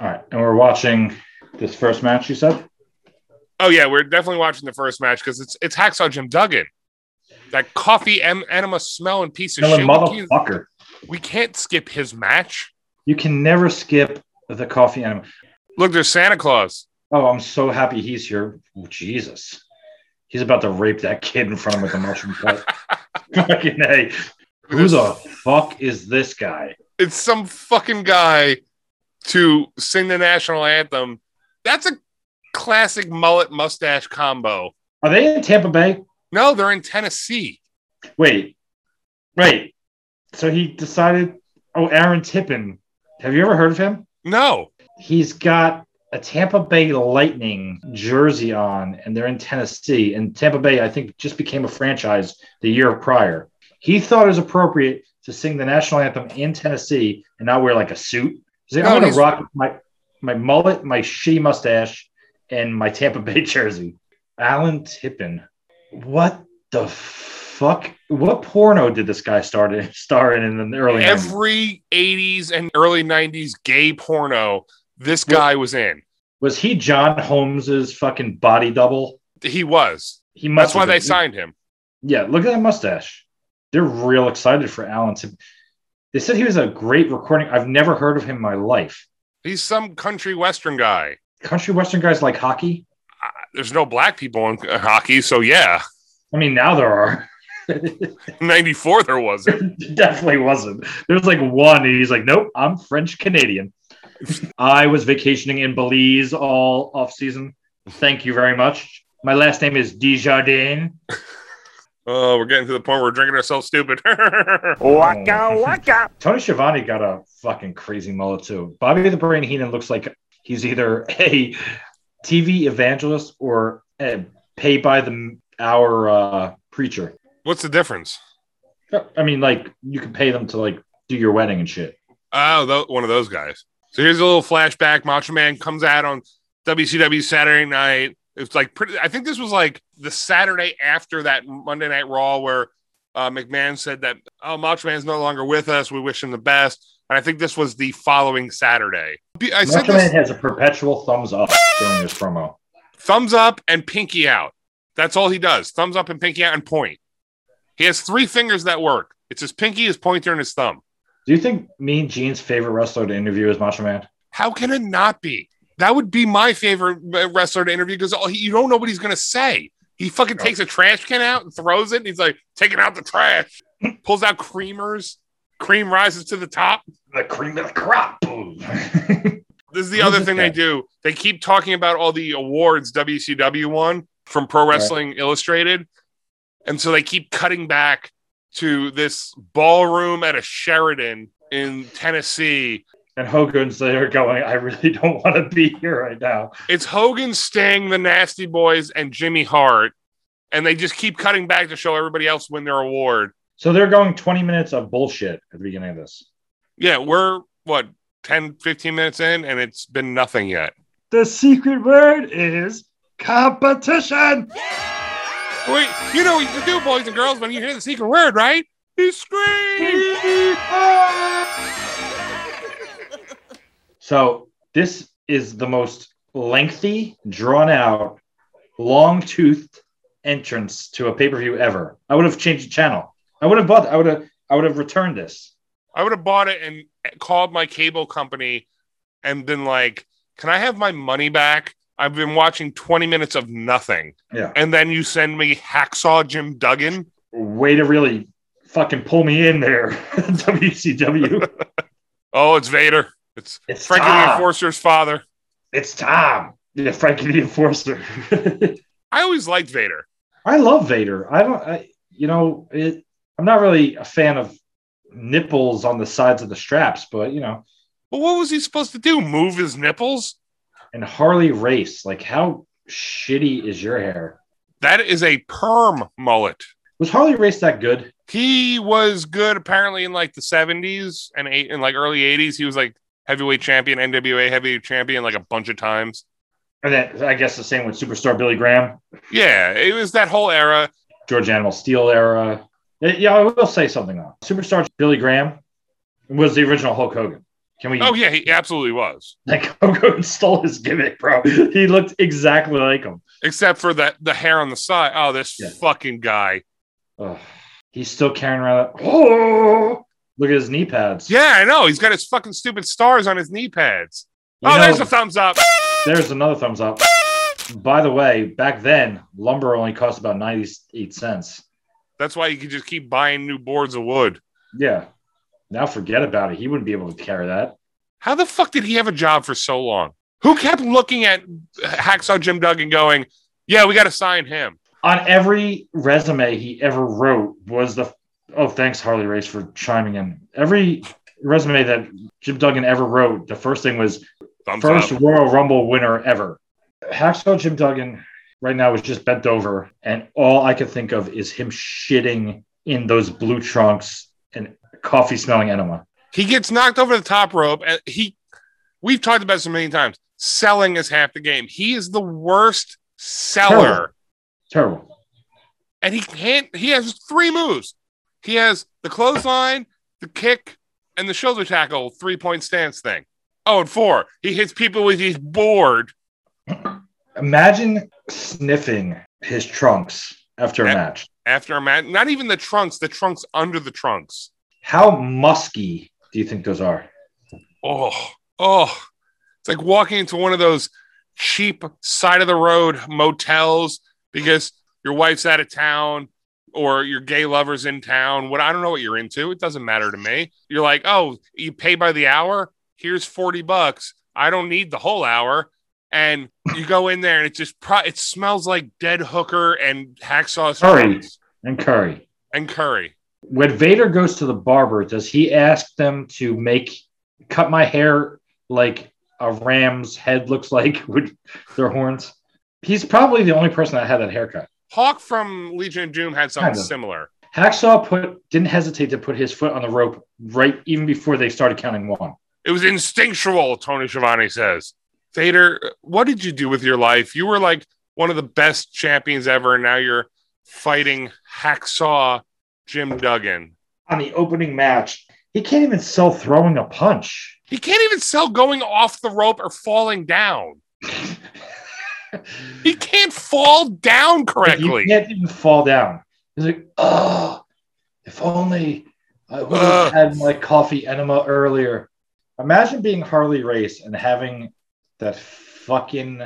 S4: All right, and we're watching this first match. You said
S1: Oh yeah, we're definitely watching the first match because it's it's Hacksaw Jim Duggan. That coffee em- enema smelling piece of
S4: Killing
S1: shit. We can't,
S4: motherfucker.
S1: we can't skip his match.
S4: You can never skip the coffee enema.
S1: Look, there's Santa Claus.
S4: Oh, I'm so happy he's here. Oh, Jesus, he's about to rape that kid in front of him with the mushroom cut. Fucking hey, who the fuck is this guy?
S1: It's some fucking guy to sing the national anthem. That's a classic mullet mustache combo.
S4: Are they in Tampa Bay?
S1: No, they're in Tennessee.
S4: Wait, wait. So he decided. Oh, Aaron Tippin. Have you ever heard of him?
S1: No.
S4: He's got a Tampa Bay Lightning jersey on, and they're in Tennessee. And Tampa Bay, I think, just became a franchise the year prior. He thought it was appropriate to sing the national anthem in Tennessee and not wear like a suit. He's like,
S1: No,
S4: I'm gonna
S1: he's-
S4: rock my my mullet, my shitty mustache, and my Tampa Bay [laughs] jersey. Alan Tippin. What the fuck? What porno did this guy start in, [laughs] star in in the early 90s?
S1: Every 80s and early 90s gay porno this guy was in.
S4: Was he John Holmes's fucking body double?
S1: He was.
S4: He must
S1: That's why
S4: have
S1: they
S4: been.
S1: signed him.
S4: Yeah, look at that mustache. They're real excited for Alan. To, they said he was a great recording. I've never heard of him in my life.
S1: He's some country western guy.
S4: country western guys like hockey?
S1: There's no black people in hockey, so yeah. [laughs]
S4: I mean, now there are. [laughs]
S1: '94 there wasn't.
S4: Definitely wasn't. There's like one, and he's like, "Nope, I'm French
S1: [laughs]
S4: Canadian." I was vacationing in Belize all off season. Thank you very much. My last name is Desjardins.
S1: Oh, we're getting to the point where we're drinking ourselves stupid. [laughs]
S4: Waka [laughs] waka. Oh. Tony Schiavone got a fucking crazy mullet too. Bobby the Brain Heenan looks like he's either [laughs] a TV evangelist or a pay by the hour uh, preacher.
S1: What's the difference?
S4: I mean, like you can pay them to like do your wedding and shit.
S1: Oh, tho- one of those guys. So here's a little flashback. Macho Man comes out on WCW Saturday night. It's like pretty. I think this was like the Saturday after that Monday Night Raw where uh, McMahon said that oh Macho Man's no longer with us. We wish him the best. And I think this was the following Saturday. B- I said
S4: Macho Man
S1: this,
S4: has a perpetual thumbs up during this promo.
S1: thumbs up and pinky out. That's all he does. Thumbs up and pinky out and point. He has three fingers that work. It's his pinky, his pointer, and his thumb.
S4: Do you think Mean Gene's favorite wrestler to interview is Macho Man?
S1: How can it not be? That would be my favorite wrestler to interview because you don't know what he's going to say. He fucking
S4: No.
S1: takes a trash can out and throws it. And he's like, taking out the trash, pulls out creamers. Cream rises to the top.
S4: The cream of the crop.
S1: This is the
S4: Who's
S1: other
S4: this
S1: thing
S4: guy?
S1: they do. They keep talking about all the awards WCW won from Pro Wrestling Illustrated. And so they keep cutting back to this ballroom at a Sheridan in Tennessee
S4: [laughs] and Hogan's there going, I really don't want to be here right now.
S1: It's Hogan, Sting, the Nasty Boys, and Jimmy Hart, and they just keep cutting back to show everybody else win their award.
S4: So they're going 20 minutes of bullshit at the beginning of this.
S1: Yeah, we're what 10, 15 minutes in, and it's been nothing yet.
S4: The secret word is competition.
S1: Wait, you know what you do, boys and girls, when you hear the secret word, right? You scream.
S4: So this is the most lengthy, drawn out, long toothed entrance to a pay per view ever. I would have changed the channel. I would have bought. I would have. I would have returned this.
S1: I would have bought it and called my cable company and been like, Can I have my money back? I've been watching 20 minutes of nothing.
S4: Yeah.
S1: And then you send me Hacksaw Jim Duggan.
S4: Way to really fucking pull me in there, [laughs] WCW.
S1: Oh, it's Vader. It's
S4: It's
S1: Frankie the
S4: Tom.
S1: Enforcer's father.
S4: It's Tom. Yeah, Frankie the Enforcer. [laughs]
S1: I always liked Vader.
S4: I love Vader. I don't. I, you know, it, I'm not really a fan of nipples on the sides of the straps, but you know.
S1: But what was he supposed to do? Move his nipples?
S4: and Harley Race. Like, how shitty is your hair?
S1: That is a perm mullet.
S4: Was Harley Race that good?
S1: He was good apparently in like the 70s and eight in like early 80s. He was like heavyweight champion, NWA heavyweight champion like a bunch of times.
S4: And then I guess the same with superstar Billy Graham,
S1: Yeah, it was that whole era.
S4: George Animal Steel era. Eh, Yeah, I will say something though. Superstar Billy Graham was the original Hulk Hogan. Can we?
S1: Oh yeah, he absolutely was.
S4: Like [laughs] Hulk Hogan stole his gimmick, bro. He looked exactly like him.
S1: Except for that the hair on the side. Oh, this
S4: Yeah.
S1: fucking guy.
S4: Ugh. He's still carrying around. That. Oh, look at his knee pads.
S1: Yeah, I know. He's got his fucking stupid stars on his knee pads.
S4: You
S1: oh,
S4: know-
S1: there's a thumbs up.
S4: There's another thumbs up. By the way, back then lumber only cost about ninety-eight cents.
S1: That's why you could just keep buying new boards of wood.
S4: Yeah. Now forget about it. He wouldn't be able to carry that.
S1: How the fuck did he have a job for so long? Who kept looking at Hacksaw Jim Duggan going, yeah, we got to sign him?
S4: On every resume he ever wrote was the oh thanks Harley Race for chiming in. Every resume that Jim Duggan ever wrote, the first thing was
S1: Thumbs
S4: first
S1: up.
S4: Royal Rumble winner ever. Hacksaw Jim Duggan right now is just bent over, and all I could think of is him shitting in those blue trunks and coffee smelling enema.
S1: He gets knocked over the top rope. And he, we've talked about this a million times. Selling is half the game. He is the worst seller.
S4: Terrible. Terrible.
S1: And he can't, he has three moves. He has the clothesline, the kick, and the shoulder tackle, three point stance thing. Oh, and four, he hits people with his board.
S4: Imagine sniffing his trunks after a
S1: Yeah.
S4: match.
S1: after a match. Not even the trunks, the trunks under the trunks.
S4: How musky do you think those are?
S1: Oh, oh. It's like walking into one of those cheap side of the road motels because your wife's out of town or your gay lover's in town. What I don't know what you're into. It doesn't matter to me. You're like, oh, you pay by the hour. Here's 40 bucks. I don't need the whole hour. And you go in there and it just pro- it smells like dead hooker and hacksaw
S4: Curry.
S1: saws
S4: and Curry.
S1: and curry.
S4: When Vader goes to the barber, does he ask them to make cut my hair like a ram's head looks like [laughs] with their horns? He's probably the only person that had that haircut.
S1: Hawk from Legion of Doom had something
S4: Kinda.
S1: similar.
S4: Hacksaw put didn't hesitate to put his foot on the rope right even before they started counting one.
S1: It was instinctual, Tony Schiavone says. Vader, what did you do with your life? You were like one of the best champions ever, and now you're fighting hacksaw Jim Duggan.
S4: On the opening match, he can't even sell throwing a punch.
S1: He can't even sell going off the rope or falling down. He can't fall down correctly.
S4: You can't even fall down. He's like, oh, if only I would
S1: Ugh.
S4: have had my coffee enema earlier. Imagine being Harley Race and having that fucking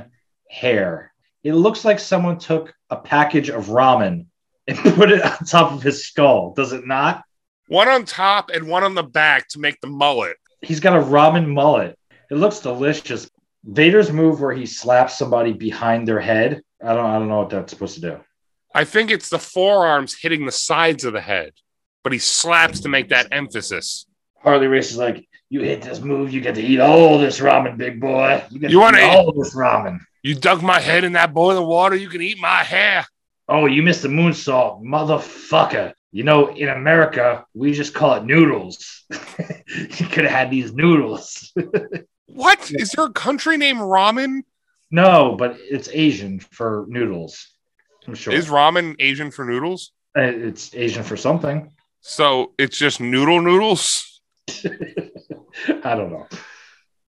S4: hair. It looks like someone took a package of ramen and [laughs] put it on top of his skull. Does it not?
S1: One on top and one on the back to make the mullet.
S4: He's got a ramen mullet. It looks delicious. Vader's move where he slaps somebody behind their head. I don't I don't know what that's supposed to do.
S1: I think it's the forearms hitting the sides of the head, but he slaps to make that emphasis.
S4: Harley Race is like, you hit this move, you get to eat all this ramen, big boy. You, get
S1: You
S4: to
S1: wanna
S4: eat
S1: eat-
S4: all this ramen.
S1: You dug my head in that boiling water, you can eat my hair.
S4: Oh, you missed the moonsault, motherfucker. You know, in America, we just call it noodles. [laughs] you could have had these noodles. [laughs]
S1: What? Is there a country named ramen?
S4: no, but it's Asian for noodles. I'm sure
S1: Is ramen Asian for noodles?
S4: Uh, it's Asian for something. [laughs]
S1: So it's just noodle noodles?
S4: I don't know.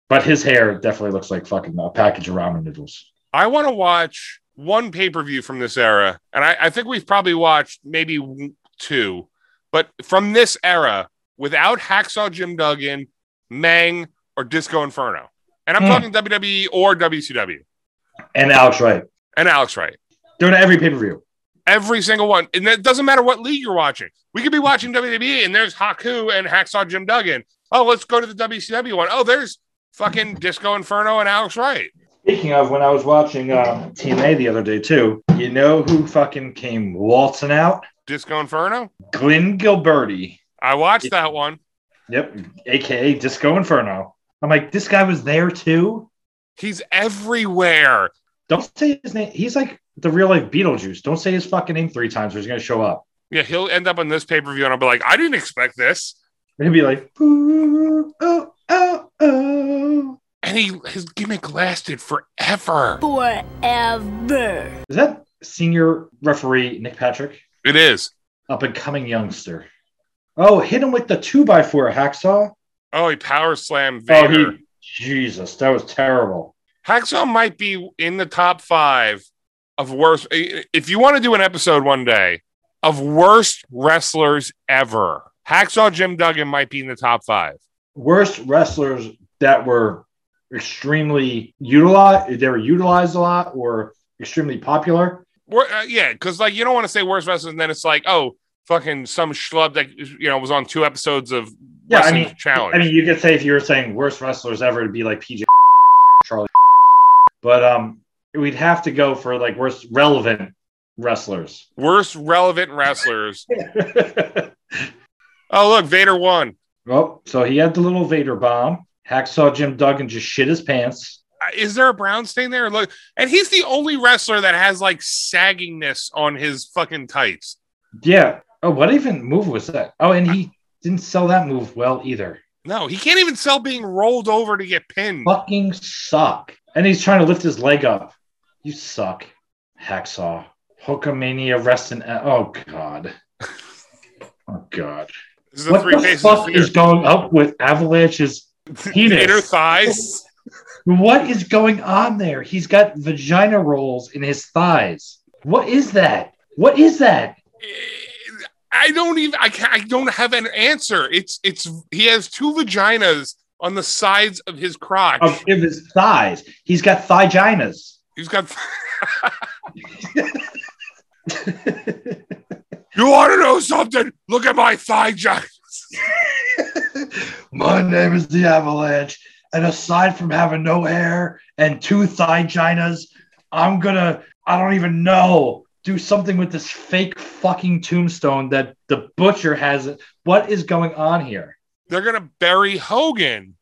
S4: But his hair definitely looks like fucking a package of ramen noodles.
S1: I want to watch one pay per view from this era, and I, I think we've probably watched maybe w- two, but from this era without Hacksaw Jim Duggan, Mang, or Disco Inferno. And I'm
S4: Hmm.
S1: talking WWE or WCW
S4: And Alex Wright.
S1: and Alex Wright.
S4: During every pay per view.
S1: Every single one. And it doesn't matter what league you're watching. We could be watching
S4: Mm-hmm.
S1: WWE and there's Haku and Hacksaw Jim Duggan. Oh, let's go to the WCW one. Oh, there's
S4: Mm-hmm.
S1: fucking Disco Inferno and Alex Wright.
S4: Speaking of, when I was watching um, TNA the other day too, you know who fucking came waltzing out?
S1: Disco Inferno.
S4: Glenn Gilberti.
S1: I watched that one.
S4: Yep, aka Disco Inferno. I'm like, this guy was there too.
S1: He's everywhere.
S4: Don't say his name. He's like the real life Beetlejuice. Don't say his fucking name three times, or he's gonna show up.
S1: Yeah, he'll end up on this pay per view, and I'll be like, I didn't expect this.
S4: And he'd be like, ooh, oh, oh, oh.
S1: And he his gimmick lasted forever.
S5: Forever.
S4: Is that senior referee Nick Patrick,
S1: It is.
S4: up and coming youngster? Oh, hit him with the two by four hacksaw.
S1: Oh, he power slammed
S4: Oh,
S1: Vader.
S4: he, Jesus, that was terrible.
S1: Hacksaw might be in the top five of worst. If you want to do an episode one day of worst wrestlers ever, Hacksaw Jim Duggan might be in the top five.
S4: worst wrestlers that were extremely utilized they were utilized a lot or extremely popular
S1: Wor- uh, yeah, because like you don't want to say worst wrestlers, and then it's like, oh, fucking some schlub that you know was on two episodes of
S4: yeah i
S1: Wrestling
S4: mean
S1: Challenge.
S4: i mean you could say if you were saying worst wrestlers ever it'd be like pj charlie but um we'd have to go for like worst relevant wrestlers
S1: worst relevant wrestlers.
S4: [laughs] oh
S1: oh, look, Vader won.
S4: so he had the little vader bomb hacksaw jim duggan just shit his pants
S1: Uh, is there a brown stain there? Look, and he's the only wrestler that has like saggingness on his fucking tights.
S4: yeah oh what even move was that oh and he didn't sell that move well either
S1: No, he can't even sell being rolled over to get pinned.
S4: fucking suck. And he's trying to lift his leg up. You suck, hacksaw. Hookamania resting. Oh god. Oh god.
S1: This is the
S4: What
S1: three
S4: the
S1: faces of
S4: fuck is
S1: fear.
S4: going up with
S1: [laughs]
S4: Avalanche's
S1: Inner
S4: penis?
S1: thighs.
S4: What is going on there? He's got vagina rolls in his thighs. What is that? What is that?
S1: I don't even. I can't, I don't have an answer. It's it's. He has two vaginas on the sides of his crotch.
S4: of of his thighs. He's got thiginas. [laughs]
S1: He's got. [laughs] you want to know something? Look at my thigh giant.
S4: My name is the Avalanche, and aside from having no hair and two thiginas, I'm gonna I don't even know do something with this fake fucking tombstone that the butcher has. What is going on here?
S1: They're gonna bury Hogan.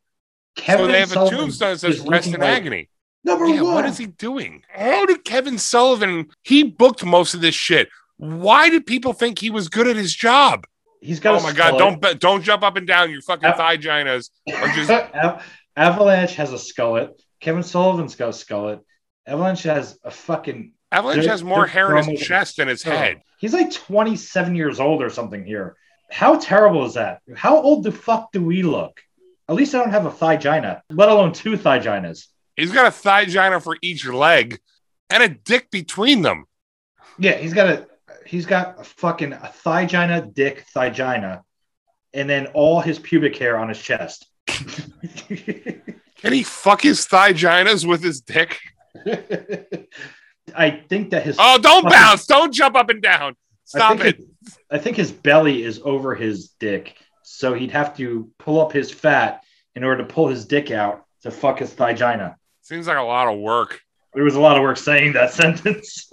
S1: so they have
S4: Sullivan
S1: a tombstone that says
S4: is
S1: "Rest
S4: looking
S1: in
S4: like-
S1: Agony."
S4: Number
S1: Yeah,
S4: one,
S1: what is he doing? How did Kevin Sullivan? He booked most of this shit. Why did people think he was good at his job?
S4: he's got.
S1: Oh
S4: a
S1: my god!
S4: skull.
S1: Don't be- don't jump up and down. Your fucking
S4: Yep.
S1: thigh ginas are just
S4: [laughs] Av- Avalanche has a skullet. Kevin Sullivan's got a skullet. Avalanche has a fucking
S1: Avalanche
S4: They're-
S1: has more
S4: they're
S1: hair in his
S4: promoting-
S1: chest than his head.
S4: Oh, He's like 27 years old or something here. How terrible is that? How old the fuck do we look? At least I don't have a thigina, let alone two thiginas.
S1: He's got a thigh gina for each leg, and a dick between them.
S4: Yeah, he's got a he's got a fucking a thigina, dick, thigina, and then all his pubic hair on his chest. [laughs]
S1: Can he fuck his thigh ginas with his dick?
S4: I think that his
S1: Oh, don't
S4: Fucking-
S1: bounce! Don't jump up and down. Stop
S4: I think
S1: it!
S4: his- I think his belly is over his dick, so he'd have to pull up his fat in order to pull his dick out to fuck his thigina.
S1: Seems like a lot of work.
S4: There was a lot of work saying that [laughs] sentence.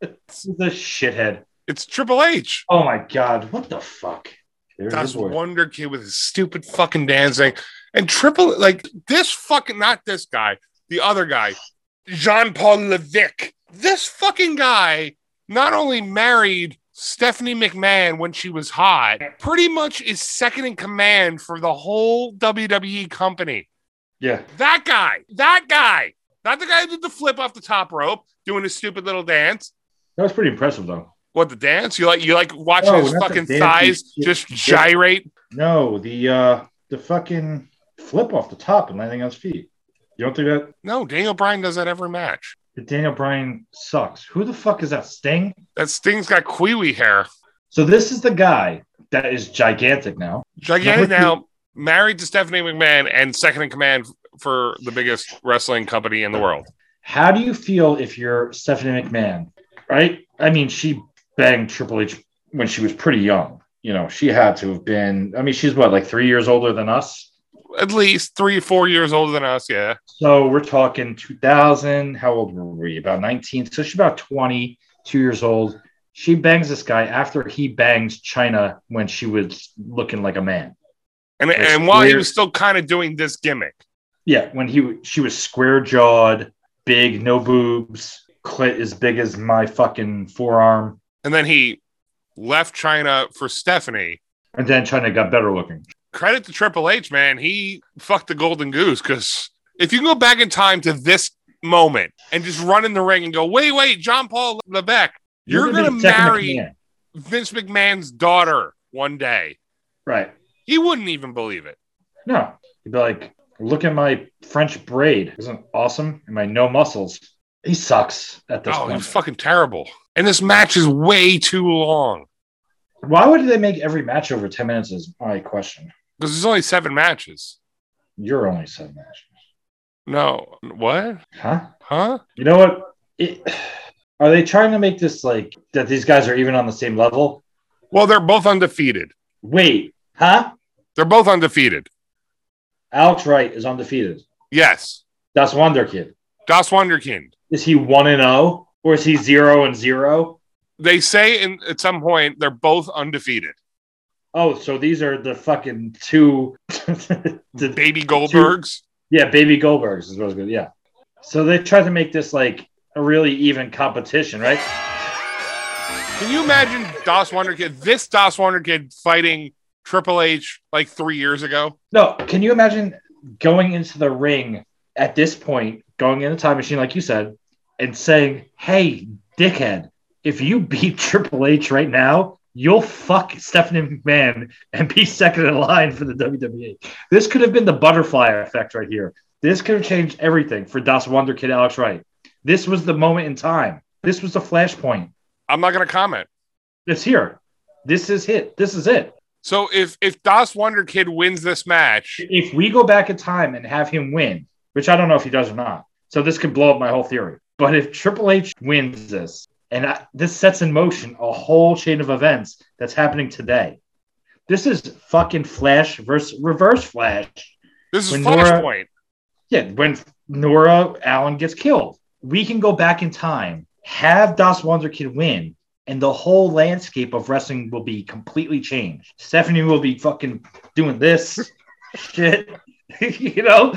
S4: this is a shithead.
S1: It's Triple H.
S4: Oh my god, what the fuck? There's
S1: That's
S4: his word.
S1: Wonder Kid with his stupid fucking dancing. And Triple, like this fucking, not this guy, the other guy, Jean Paul Levic. This fucking guy not only married Stephanie McMahon when she was hot, pretty much is second in command for the whole WWE company.
S4: Yeah,
S1: That guy, that guy, not the guy who did the flip off the top rope doing his stupid little dance.
S4: that was pretty impressive though.
S1: What the dance? You like you like watching
S4: No,
S1: his
S4: Oh, not the
S1: fucking
S4: dance,
S1: thighs
S4: he's-
S1: just
S4: he's-
S1: gyrate?
S4: No, the uh the fucking flip off the top and landing on his feet. You don't think that
S1: No, Daniel Bryan does that every match.
S4: that Daniel Bryan sucks? Who the fuck is that? Sting?
S1: That Sting's got Kiwi hair.
S4: So this is the guy that is gigantic now.
S1: Gigantic
S4: Number two.
S1: now, married to Stephanie McMahon and second in command for the biggest wrestling company in the world.
S4: How do you feel if you're Stephanie McMahon? Right? I mean, she banged Triple H when she was pretty young. You know, she had to have been, I mean, she's what, like three years older than us?
S1: At least three, four years older than us. Yeah.
S4: So we're talking 2000. How old were we? About 19. So she's about 22 years old. She bangs this guy after he bangs China when she was looking like a man.
S1: And,
S4: That's
S1: and while he
S4: weird.
S1: was still kind of doing this gimmick,
S4: Yeah, when he she was square jawed, big, no boobs, clit as big as my fucking forearm.
S1: and then he left China for Stephanie.
S4: And then China got better looking.
S1: Credit to Triple H, man. He fucked the golden goose because if you can go back in time to this moment and just run in the ring and go, wait, wait, John Paul Levesque, you're,
S4: be
S1: going to
S4: second in
S1: marry.
S4: command.
S1: Vince McMahon's daughter one day.
S4: Right.
S1: He wouldn't even believe it.
S4: No. You'd be like, look at my French braid. Isn't it awesome? And my no muscles. He sucks at this
S1: oh,
S4: point.
S1: he's fucking terrible. And this match is way too long
S4: Why would they make every match over 10 minutes is my question.
S1: because there's only seven matches.
S4: You're only seven matches.
S1: No, what?
S4: Huh?
S1: Huh?
S4: You know what? It, [sighs] are they trying to make this like that these guys are even on the same level?
S1: Well, they're both undefeated.
S4: Wait, huh?
S1: They're both undefeated.
S4: Alex Wright is undefeated.
S1: Yes.
S4: That's Wonder Kid.
S1: Das Wonderkind.
S4: Is he one and oh? Or is he zero and zero?
S1: They say in, at some point they're both undefeated.
S4: Oh, so these are the fucking two. [laughs] the,
S1: Baby Goldbergs.
S4: yeah, baby Goldbergs is what I was going. Yeah. So they tried to make this like a really even competition, right?
S1: Can you imagine Das Wonderkind, this Das Wonderkind fighting Triple H like three years ago?
S4: No, can you imagine going into the ring at this point, going in the time machine, like you said, and saying, "Hey, dickhead, if you [laughs] beat Triple H right now." You'll fuck Stephanie McMahon and be second in line for the WWE. This could have been the butterfly effect right here. This could have changed everything for Das Wonder Kid Alex Wright. This was the moment in time. This was the flashpoint.
S1: I'm not going to comment.
S4: It's here. This is it. This is it.
S1: So if if Das Wonder Kid wins this match,
S4: If we go back in time and have him win, which I don't know if he does or not, so this could blow up my whole theory. But if Triple H wins this, and I, this sets in motion a whole chain of events that's happening today, this is fucking Flash versus Reverse Flash.
S1: this
S4: When
S1: is
S4: Nora-
S1: Flashpoint.
S4: Yeah, when Nora Allen gets killed, we can go back in time, have Das Wunderkind win, and the whole landscape of wrestling will be completely changed. Stephanie will be fucking doing this [laughs] shit, [laughs] you know.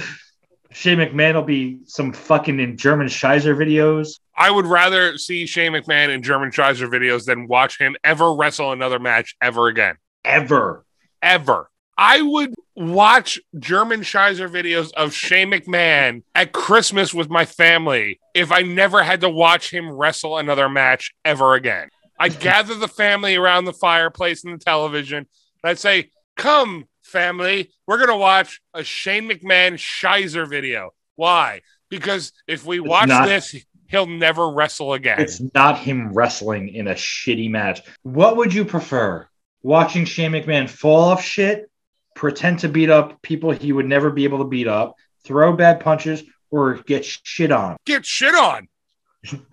S4: Shane McMahon will be some fucking in German Scheiser videos.
S1: I would rather see Shane McMahon in German Schreiser videos than watch him ever wrestle another match ever again.
S4: Ever
S1: Ever. I would watch German Schreiser videos of Shane McMahon at Christmas with my family if I never had to watch him wrestle another match ever again.
S4: [laughs]
S1: I'd gather the family around the fireplace and the television, and I'd say, Come, family, we're going to watch a Shane McMahon Schreiser video. Why? Because if we
S4: It's
S1: watch
S4: not-
S1: this, he'll never wrestle again.
S4: It's not him wrestling in a shitty match. What would you prefer? Watching Shane McMahon fall off shit, pretend to beat up people he would never be able to beat up, throw bad punches, or get shit on
S1: get shit on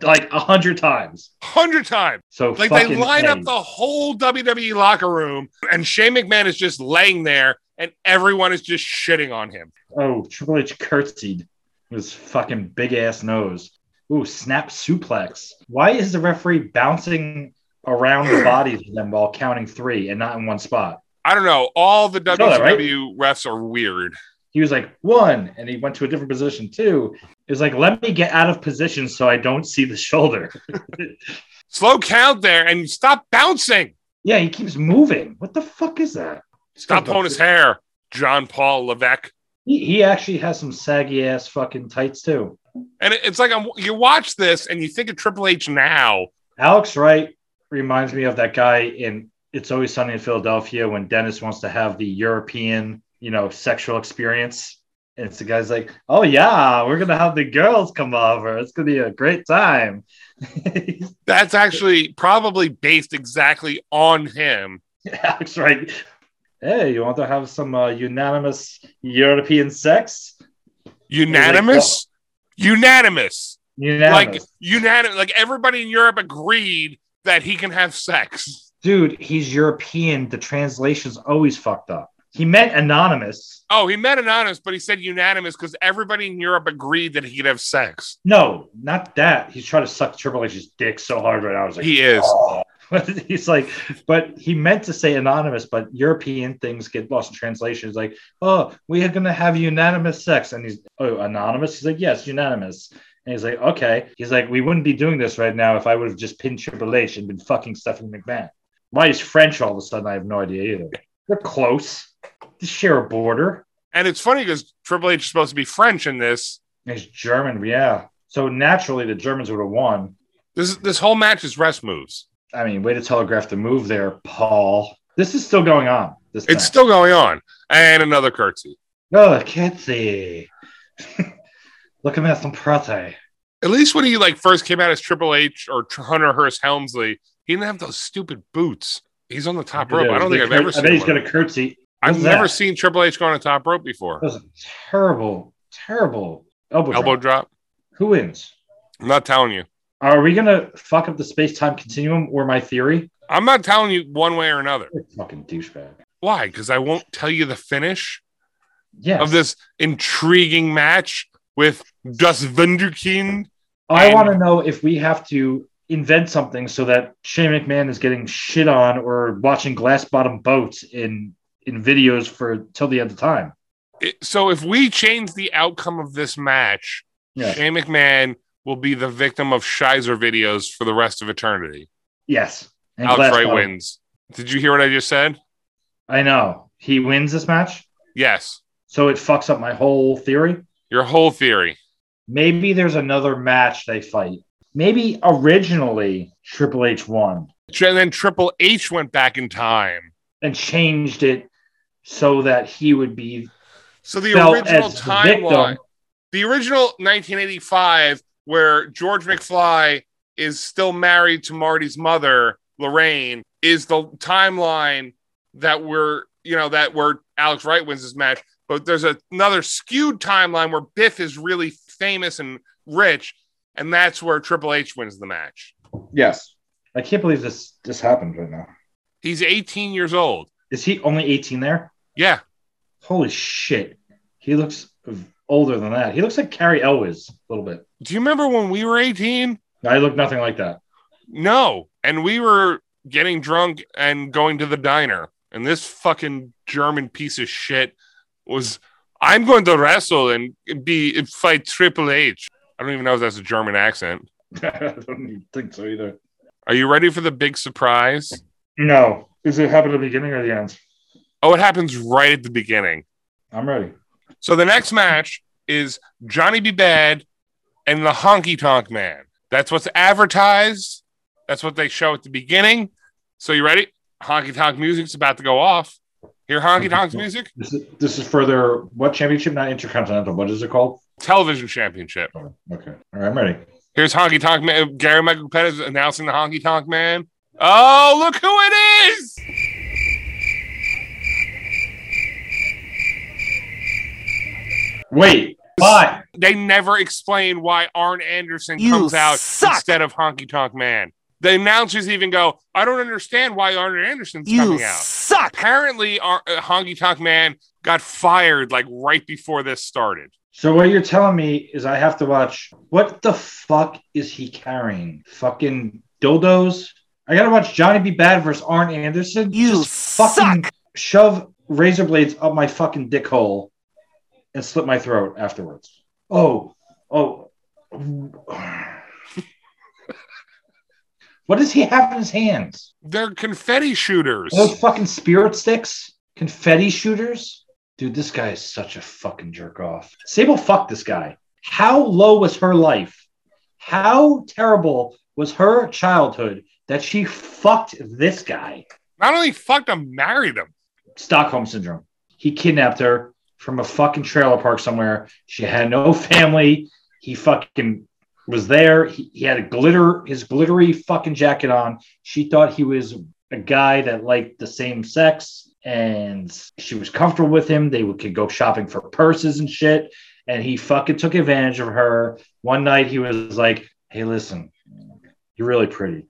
S4: like a hundred times.
S1: hundred times.
S4: So
S1: Like they
S4: fucking
S1: line
S4: A.
S1: up the whole WWE locker room, and Shane McMahon is just laying there, and everyone is just shitting on him.
S4: oh Triple H curtsied with his fucking big ass nose. Ooh, snap suplex. Why is the referee bouncing around
S1: [clears throat]
S4: the bodies of them while counting three and not in one spot?
S1: I don't know. All the
S4: saw that, right?
S1: WCW refs are weird.
S4: he was like one and he went to a different position too it was like let me get out of position so i don't see the shoulder
S1: Slow count there, and stop bouncing.
S4: yeah he keeps moving what the fuck is that
S1: Stop pulling his hair, John Paul Levesque.
S4: he, he actually has some saggy ass fucking tights too
S1: And it- it's like I'm, you watch this and you think of Triple H now.
S4: alex wright reminds me of that guy in it's always sunny in philadelphia when dennis wants to have the european you know sexual experience and it's the guy's like oh yeah we're gonna have the girls come over it's gonna be a great time [laughs]
S1: That's actually probably based exactly on him.
S4: Alex Wright. Hey, you want to have some uh, unanimous European sex?
S1: Unanimous. Unanimous.
S4: Unanimous.
S1: like unanimous like everybody in Europe agreed that he can have sex.
S4: dude, he's European. The translation's always fucked up. He meant anonymous.
S1: Oh, he meant anonymous, but he said unanimous because everybody in Europe agreed that he could have sex.
S4: No, not that. He's trying to suck Triple H's dick so hard right now. I was like,
S1: He is.
S4: "Oh." [laughs] he's like, but he meant to say anonymous, but European things get lost in translation. He's like, oh, we are gonna have unanimous sex, and he's oh anonymous. He's like, yes, unanimous. And he's like, okay. He's like, we wouldn't be doing this right now if I would have just pinned Triple H and been fucking Stephanie McMahon. Why is French all of a sudden? I have no idea either. They're close. They share a border.
S1: And it's funny because Triple H is supposed to be French in this.
S4: It's German, yeah. So naturally, the Germans would have won.
S1: This this whole match is rest moves.
S4: I mean, way to telegraph the move there, Paul. This is still going on. This
S1: It's still going on. And another curtsy.
S4: oh, Kitsy. [laughs] Look at some prate.
S1: At least when he like first came out as Triple H or Tr- Hunter Hearst Helmsley, he didn't have those stupid boots. He's on the top rope. Ah, I don't think I've ever
S4: I bet
S1: seen.
S4: he's
S1: one.
S4: going to curtsy.
S1: I've
S4: What's
S1: never
S4: that?
S1: seen Triple H go on a top rope before.
S4: That was a terrible, terrible elbow.
S1: Elbow
S4: drop.
S1: drop.
S4: Who wins?
S1: I'm not telling you.
S4: Are we going to fuck up the space time continuum or my theory?
S1: I'm not telling you one way or another.
S4: You're a fucking douchebag.
S1: Why? Because I won't tell you the finish
S4: Yes.
S1: of this intriguing match with Das Wunderkind.
S4: I
S1: and-
S4: want to know if we have to invent something so that Shane McMahon is getting shit on or watching glass bottom boats in in videos for till the end of time.
S1: It- So if we change the outcome of this match,
S4: Yeah.
S1: Shane McMahon will be the victim of Shizer videos for the rest of eternity.
S4: Yes. And
S1: Alex
S4: glass
S1: Wright
S4: bottom.
S1: wins. Did you hear what I just said?
S4: I know. He wins this match,
S1: Yes.
S4: so it fucks up my whole theory.
S1: Your whole theory.
S4: Maybe there's another match they fight. Maybe originally Triple H won
S1: And then Triple H went back in time.
S4: and changed it so that he would be
S1: So the
S4: felt
S1: original
S4: as the victim.
S1: timeline. the original 1985 where george mcfly is still married to marty's mother lorraine is the timeline that were you know that where Alex Wright wins this match, but there's a, another skewed timeline where Biff is really famous and rich, and that's where Triple H wins the match.
S4: Yes. I can't believe this this happened right now.
S1: He's 18 years old.
S4: Is he only 18 there?
S1: Yeah,
S4: Holy shit. He looks v- older than that. He looks like Carrie Elwes a little bit.
S1: do you remember when we were 18?
S4: I look nothing like that. [laughs]
S1: No, and we were getting drunk and going to the diner, and this fucking German piece of shit was, I'm going to wrestle and be fight Triple H. I don't even know if that's a German accent.
S4: I don't even think so either.
S1: Are you ready for the big surprise?
S4: No. Does it happen at the beginning or the end?
S1: Oh, it happens right at the beginning.
S4: I'm ready.
S1: So the next match is Johnny B. Bad and the Honky Tonk Man. That's what's advertised. That's what they show at the beginning. So you ready? Honky Tonk music's about to go off. Hear Honky Tonk's music?
S4: This is, this is further what championship? Not intercontinental. What is it called?
S1: Television Championship.
S4: Oh, Okay. All right, I'm ready.
S1: Here's Honky Tonk Man. Gary Michael Pettis announcing the Honky Tonk Man. Oh, look who it is!
S4: Wait. Why?
S1: They never explain why Arn Anderson
S3: You
S1: comes out
S3: suck.
S1: instead of Honky Tonk Man. The announcers even go, I don't understand why Arn Anderson's coming out.
S3: suck.
S1: Apparently, Ar- uh, Honky Tonk Man got fired like right before this started.
S4: So what you're telling me is I have to watch. What the fuck is he carrying? Fucking dildos. I gotta watch Johnny B. Bad versus Arn Anderson.
S3: You
S4: fucking shove razor blades up my fucking dick hole and slit my throat afterwards. Oh, oh. [sighs] what does he have in his hands?
S1: They're confetti shooters.
S4: Those fucking spirit sticks? Confetti shooters? Dude, this guy is such a fucking jerk off. Sable fuck this guy. How low was her life? How terrible was her childhood that she fucked this guy?
S1: Not only fucked them, married them.
S4: Stockholm syndrome. He kidnapped her from a fucking trailer park somewhere. She had no family. He fucking was there. He, he had a glitter, his glittery fucking jacket on. She thought he was a guy that liked the same sex and she was comfortable with him. They would, could go shopping for purses and shit. And he fucking took advantage of her. One night he was like, Hey, listen, you're really pretty.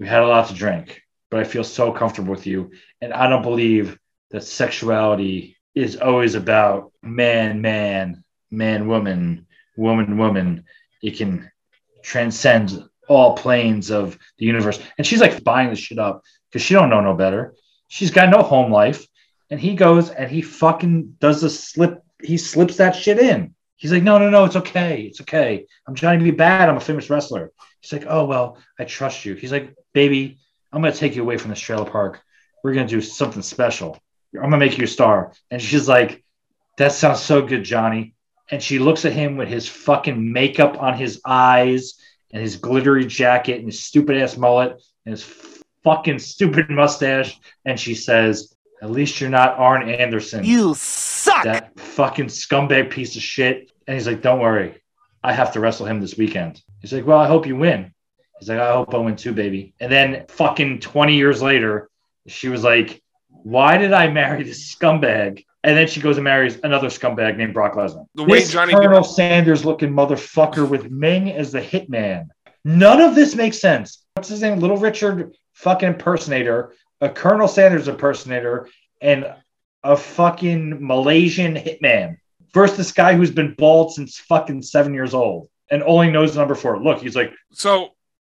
S4: We had a lot to drink, but I feel so comfortable with you. And I don't believe that sexuality is always about man, man, man, woman, woman, woman. It can transcend all planes of the universe. And she's like buying this shit up because she don't know no better. She's got no home life. And he goes and he fucking does a slip. He slips that shit in. He's like, no, no, no, it's okay. It's okay. I'm trying to be bad. I'm a famous wrestler. He's like, oh, well, I trust you. He's like, baby, I'm going to take you away from this trailer park. We're going to do something special. I'm gonna make you a star. And she's like, That sounds so good, Johnny. And she looks at him with his fucking makeup on his eyes and his glittery jacket and his stupid ass mullet and his fucking stupid [laughs] mustache. And she says, At least you're not Arn Anderson.
S3: You suck.
S4: that fucking scumbag piece of shit. And he's like, Don't worry. I have to wrestle him this weekend. He's like, Well, I hope you win. He's like, I hope I win too, baby. And then fucking 20 years later, she was like, Why did I marry this scumbag? And then she goes and marries another scumbag named Brock Lesnar.
S1: The way
S4: this
S1: Johnny-
S4: Colonel Sanders looking motherfucker with Ming as the hitman. None of this makes sense. What's his name? Little Richard fucking impersonator, a Colonel Sanders impersonator, and a fucking Malaysian hitman versus this guy who's been bald since fucking seven years old and only knows the number four. Look, he's like,
S1: So,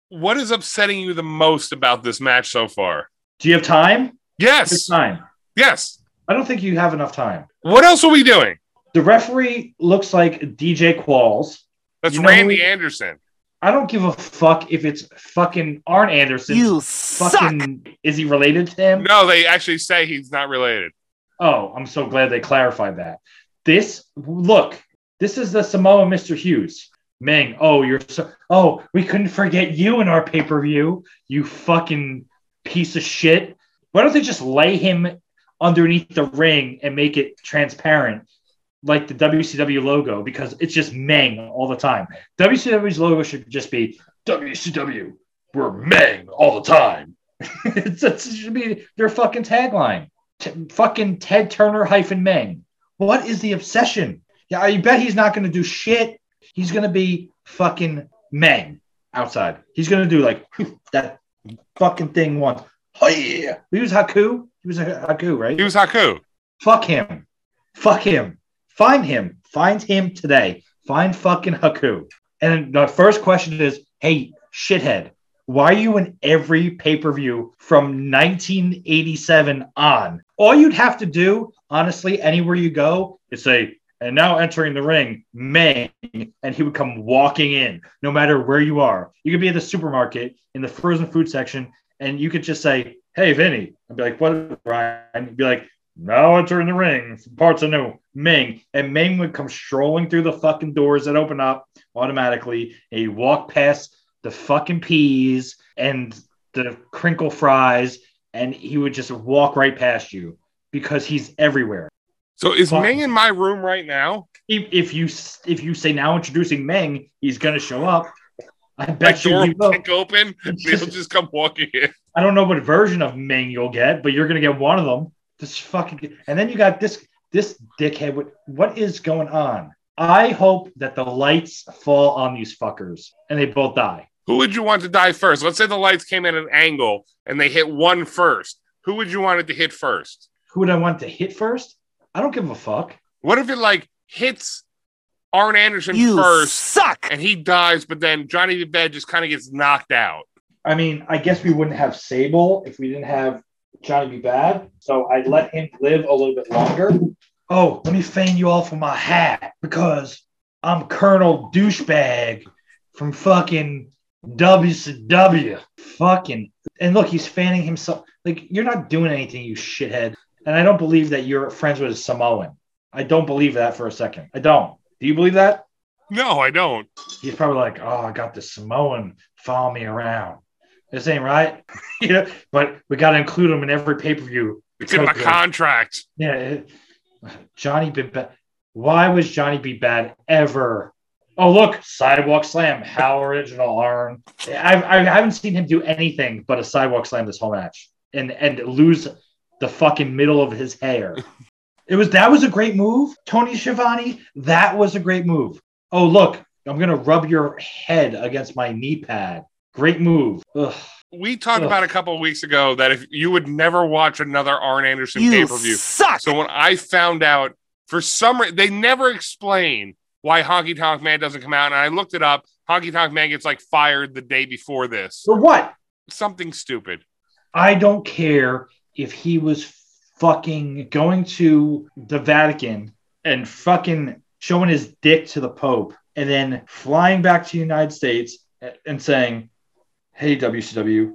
S1: what is upsetting you the most about this match so far?
S4: Do you have time? It's
S1: Yes.
S4: time.
S1: Yes.
S4: I don't think you have enough time.
S1: What else are we doing?
S4: The referee looks like DJ Qualls.
S1: That's
S4: You know
S1: Randy
S4: who-
S1: Anderson.
S4: I don't give a fuck if it's fucking Arn Anderson.
S3: You suck.
S4: fucking is he related to him?
S1: No, they actually say he's not related.
S4: Oh, I'm so glad they clarified that. This look, this is the Samoa Mr. Hughes. Ming, oh, you're so oh, we couldn't forget you in our pay-per-view, you fucking piece of shit. Why don't they just lay him underneath the ring and make it transparent like the WCW logo? Because it's just Meng all the time. WCW's logo should just be WCW, [laughs] we're Meng all the time. it's, it should be their fucking tagline T- fucking Ted Turner hyphen Meng. What is the obsession? Yeah, you bet he's not going to do shit. He's going to be fucking Meng outside. He's going to do like [laughs] that fucking thing once. Oh yeah, he was Haku. He was a Haku, right?
S1: He was Haku.
S4: Fuck him. Fuck him. Find him. Find him today. Find fucking Haku. And the first question is, hey, shithead, why are you in every pay-per-view from 1987 on? All you'd have to do, honestly, anywhere you go, is say, and now entering the ring, Meng, and he would come walking in, no matter where you are. You could be at the supermarket in the frozen food section, and you could just say, Hey, Vinny. I'd be like, What, Brian? You'd be like, now entering the ring, parts unknown, Ming. And Ming would come strolling through the fucking doors that open up automatically. And you walk past the fucking peas and the crinkle fries, and he would just walk right past you because he's everywhere.
S1: So is
S4: Fuck.
S1: Ming in my room right now?
S4: If, if you s- if you say now introducing Meng, he's gonna show up. I
S1: My
S4: bet you
S1: door
S4: he
S1: will
S4: will.
S1: kick open. and He'll
S4: [laughs]
S1: just come walking in.
S4: I don't know what version of Ming you'll get, but you're gonna get one of them. This fucking and then you got this this dickhead. What what is going on? I hope that the lights fall on these fuckers and they both die.
S1: Who would you want to die first? Let's say the lights came at an angle and they hit one first. Who would you want it to hit first?
S4: Who would I want to hit first? I don't give a fuck.
S1: What if it like hits Arn Anderson
S3: You
S1: first
S3: suck.
S1: and he dies, but then Johnny Bed just kind of gets knocked out?
S4: I mean, I guess we wouldn't have Sable if we didn't have Johnny B. Bad. So I let him live a little bit longer. Oh, let me fan you all for my hat because I'm Colonel Douchebag from fucking WCW. Fucking. And look, he's fanning himself. Like, you're not doing anything, you shithead. And I don't believe that you're friends with a Samoan. I don't believe that for a second. I don't. Do you believe that?
S1: No, I don't.
S4: he's probably like, "Oh, I got this Samoan follow me around. This ain't right." [laughs] you know, but we got to include him in every pay per view.
S1: It's in my
S4: Okay.
S1: contract.
S4: Yeah, it- Johnny B. Bad. Why was Johnny B. Bad ever? Oh, look, sidewalk slam. How original, Arn. I, I haven't seen him do anything but a sidewalk slam this whole match, and and lose the fucking middle of his hair. It was that was a great move, Tony Schiavone. That was a great move. Oh, look, I'm gonna rub your head against my knee pad. Great move. Ugh.
S1: We talked
S4: Ugh.
S1: about a couple of weeks ago that if you would never watch another Arn Anderson pay
S3: You
S1: per view,
S3: suck.
S1: So when I found out, for some reason, they never explain why Honky Tonk Man doesn't come out. And I looked it up. Honky Tonk Man gets like fired the day before this.
S4: For what?
S1: Something stupid.
S4: I don't care if he was fucking going to the Vatican and fucking showing his dick to the Pope and then flying back to the United States a- and saying, Hey, WCW,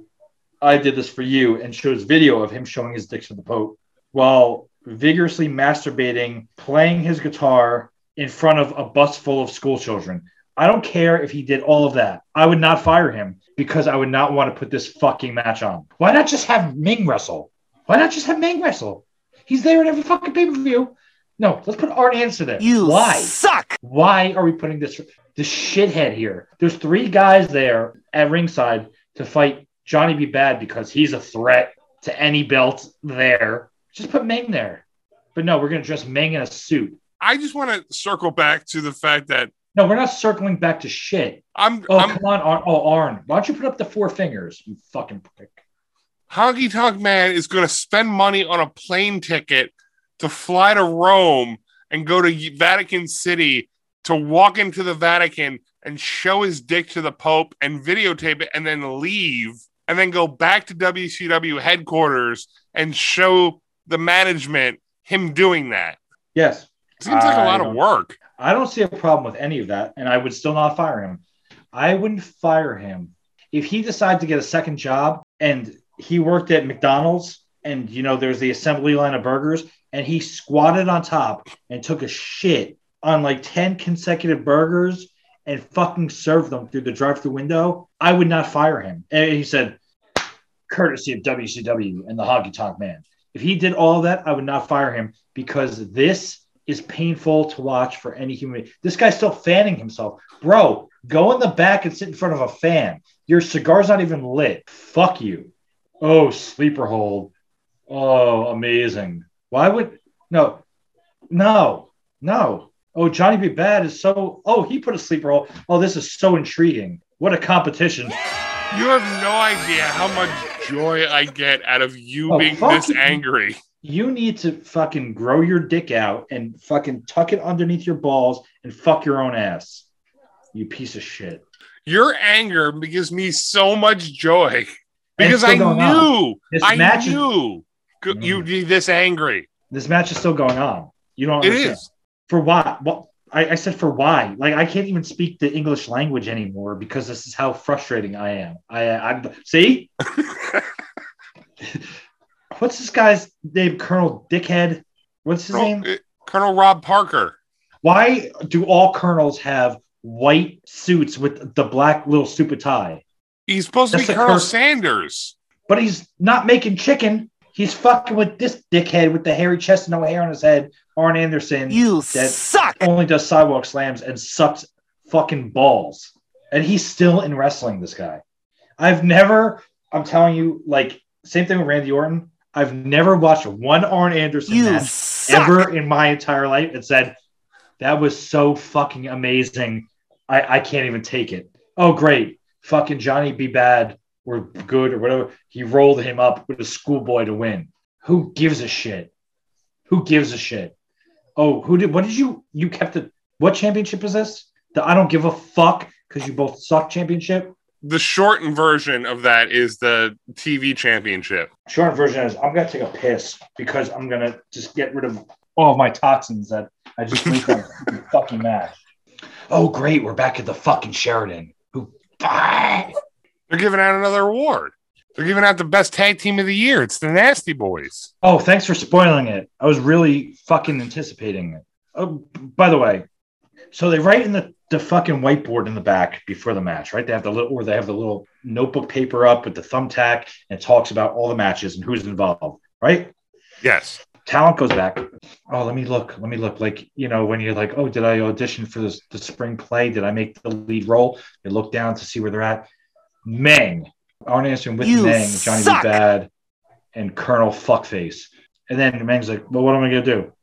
S4: I did this for you, and shows video of him showing his dick to the Pope while vigorously masturbating, playing his guitar in front of a bus full of school children. I don't care if he did all of that. I would not fire him because I would not want to put this fucking match on. Why not just have Ming wrestle? Why not just have Ming wrestle? He's there at every fucking pay per view. No, let's put Arn Anderson there.
S3: You
S4: Why?
S3: suck.
S4: Why are we putting this this shithead here? There's three guys there at ringside to fight Johnny B. Bad because he's a threat to any belt there. Just put Ming there. But no, we're gonna dress Ming in a suit.
S1: I just want to circle back to the fact that
S4: No, we're not circling back to shit.
S1: I'm,
S4: Oh
S1: I'm
S4: come on, Arn. Oh Arn, why don't you put up the four fingers? You fucking prick.
S1: Honky Tonk Man is going to spend money on a plane ticket to fly to Rome and go to Vatican City to walk into the Vatican and show his dick to the Pope and videotape it and then leave and then go back to WCW headquarters and show the management him doing that.
S4: Yes,
S1: Seems like a
S4: I
S1: lot of
S4: don't-
S1: work.
S4: I don't see a problem with any of that, and I would still not fire him. I wouldn't fire him if he decided to get a second job and he worked at McDonald's and you know there's the assembly line of burgers and he squatted on top and took a shit on like 10 consecutive burgers and fucking served them through the drive-through window, I would not fire him. And he said courtesy of WCW and the Honky Tonk Man. If he did all that, I would not fire him because this is painful to watch for any human. This guy's still fanning himself. Bro, go in the back and sit in front of a fan. Your cigar's not even lit. Fuck you. Oh, sleeper hold. Oh, amazing. Why would no, no, no. Oh, Johnny B. Bad is so. Oh, he put a sleeper hole. Oh, this is so intriguing. What a competition.
S1: You have no idea how much joy I get out of you
S4: Oh,
S1: being
S4: fuck
S1: this
S4: you.
S1: angry.
S4: You need to fucking grow your dick out and fucking tuck it underneath your balls and fuck your own ass. You piece of shit.
S1: Your anger gives me so much joy
S4: And it's
S1: because I
S4: still going on.
S1: knew
S4: This
S1: I
S4: match is-
S1: knew g-
S4: Mm.
S1: you'd be this angry.
S4: This match is still going on. You don't
S1: It
S4: understand.
S1: is.
S4: For why? Well, I, I said for why. Like I can't even speak the English language anymore because this is how frustrating I am. I I
S1: [laughs]
S4: see. What's this guy's name? Colonel Dickhead. What's his
S1: Colonel,
S4: name?
S1: uh, Colonel Rob Parker.
S4: Why do all colonels have white suits with the black little stupid tie?
S1: He's supposed to be
S4: That's a
S1: Colonel
S4: curse.
S1: Sanders.
S4: But he's not making chicken. He's fucking with this dickhead with the hairy chest and no hair on his head, Arn Anderson.
S3: You
S4: That-
S3: suck.
S4: only does sidewalk slams and sucks fucking balls. And he's still in wrestling, this guy. I've never, I'm telling you, like, same thing with Randy Orton. I've never watched one Arn Anderson
S3: You
S4: match
S3: suck.
S4: ever in my entire life and said, that was so fucking amazing. I, I can't even take it. Oh, great. Fucking Johnny be bad or good or whatever. He rolled him up with a schoolboy to win. Who gives a shit? Who gives a shit? Oh, who did what did you you kept it? What championship is this? The I don't give a fuck because you both suck championship.
S1: The shortened version of that is the TV championship.
S4: Short version is I'm gonna take a piss because I'm gonna just get rid of all of my toxins that I just leaked from the fucking match. Oh great, we're back at the fucking Sheridan. Who Bah!
S1: They're giving out another award. They're giving out the best tag team of the year. It's the Nasty Boys.
S4: Oh, thanks for spoiling it. I was really fucking anticipating it. Oh, by the way, so they write in the, the fucking whiteboard in the back before the match, right? They have the little, or they have the little notebook paper up with the thumbtack and it talks about all the matches and who's involved, right?
S1: Yes.
S4: Talent goes back. Oh, let me look. Let me look. Like, you know, when you're like, oh, did I audition for this the spring play? Did I make the lead role? They look down to see where they're at. Meng. Arn Anderson with
S3: You
S4: Meng, Johnny
S3: suck.
S4: B. Bad, and Colonel Fuckface. And then Meng's like, well, what am I going to do?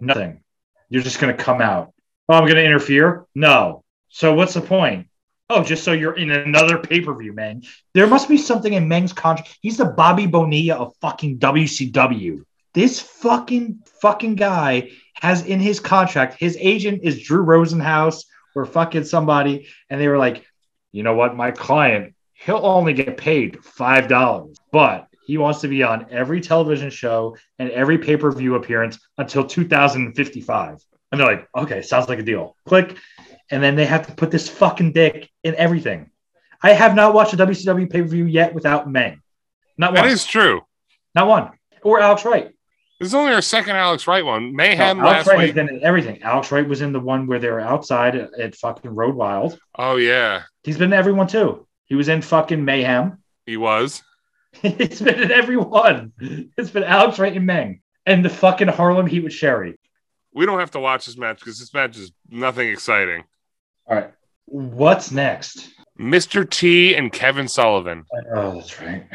S4: Nothing. You're just going to come out. Oh, I'm going to interfere? No. So what's the point? Oh, just so you're in another pay per view, Meng. There must be something in Meng's contract. He's the Bobby Bonilla of fucking WCW. This fucking fucking guy has in his contract, his agent is Drew Rosenhaus or fucking somebody. And they were like, you know what, my client, he'll only get paid five dollars, but he wants to be on every television show and every pay-per-view appearance until 2055. And they're like, okay, sounds like a deal. Click. And then they have to put this fucking dick in everything. I have not watched a WCW pay-per-view yet without Meng. Not
S1: That
S4: one.
S1: is true.
S4: not one. Or Alex Wright.
S1: This is only our second Alex Wright one. Mayhem
S4: No,
S1: last
S4: Alex Wright
S1: week.
S4: has been in everything. Alex Wright was in the one where they were outside at, at fucking Road Wild.
S1: oh, yeah.
S4: He's been in everyone too. He was in fucking Mayhem. [laughs]
S1: He was.
S4: It's been in every one. It's been Alex Wright and Meng and the fucking Harlem Heat with Sherry.
S1: We don't have to watch this match because this match is nothing exciting.
S4: All right. What's next?
S1: Mr. T and Kevin Sullivan.
S4: Oh, that's right.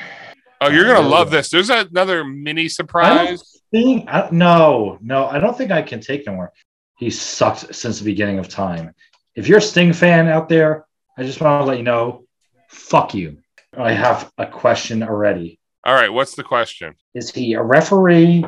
S1: Oh, you're gonna
S4: Oh.
S1: love this. There's another mini
S4: I don't
S1: surprise.
S4: think, I, no, no, I don't think I can take no more. He sucked since the beginning of time. If you're a Sting fan out there, I just want to let you know, fuck you. I have a question already.
S1: All right, what's the question?
S4: Is he a referee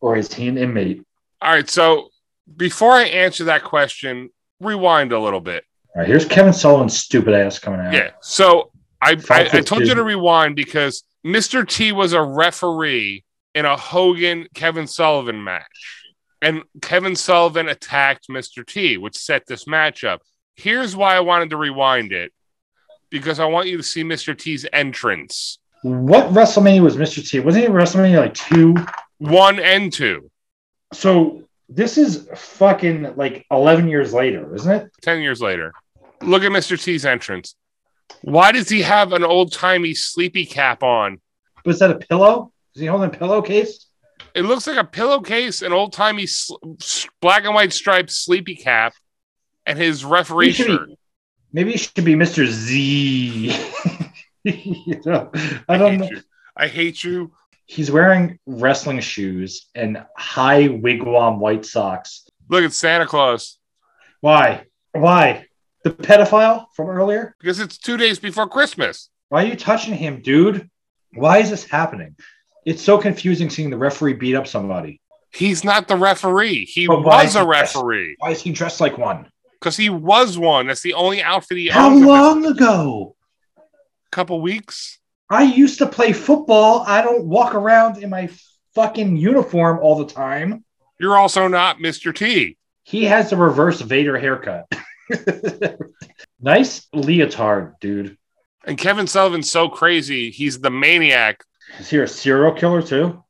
S4: or is he an inmate?
S1: All right, so before I answer that question, rewind a little bit.
S4: All right, here's Kevin Sullivan's stupid ass coming out.
S1: Yeah. So I I,
S4: Five,
S1: I
S4: six,
S1: told you
S4: two.
S1: to rewind because Mr. T was a referee in a Hogan Kevin Sullivan match. And Kevin Sullivan attacked Mr. T, which set this match up. Here's why I wanted to rewind it because I want you to see Mr. T's entrance.
S4: What WrestleMania was Mr. T? Wasn't he WrestleMania like two?
S1: One and two,
S4: So this is fucking like 11 years later, isn't it?
S1: 10 years later. Look at Mr. T's entrance. Why does he have an old timey sleepy cap on?
S4: Was that a pillow? Is he holding a pillowcase?
S1: It looks like a pillowcase, an old timey sl- s- black and white striped sleepy cap, and his referee
S4: He should be-
S1: shirt.
S4: Maybe he should be Mr. Z. [laughs] You know, I
S1: I
S4: don't
S1: hate
S4: know.
S1: you. I hate you
S4: He's wearing wrestling shoes and high wigwam white socks.
S1: Look at Santa Claus
S4: Why? Why? The pedophile from earlier?
S1: because it's two days before Christmas.
S4: Why are you touching him, dude? Why is this happening? It's so confusing seeing the referee beat up somebody.
S1: He's not the referee. He
S4: Oh, But why
S1: was
S4: is
S1: a
S4: he-
S1: referee
S4: Why is he dressed like one?
S1: because he was one. That's the only outfit he
S4: How
S1: owns at
S4: long ago?
S1: this couple weeks.
S4: I used to play football. I don't walk around in my fucking uniform all the time.
S1: You're also not Mr. T.
S4: He has the reverse Vader haircut. [laughs] nice leotard, dude.
S1: And Kevin Sullivan's so crazy. He's the maniac.
S4: Is he a serial killer too?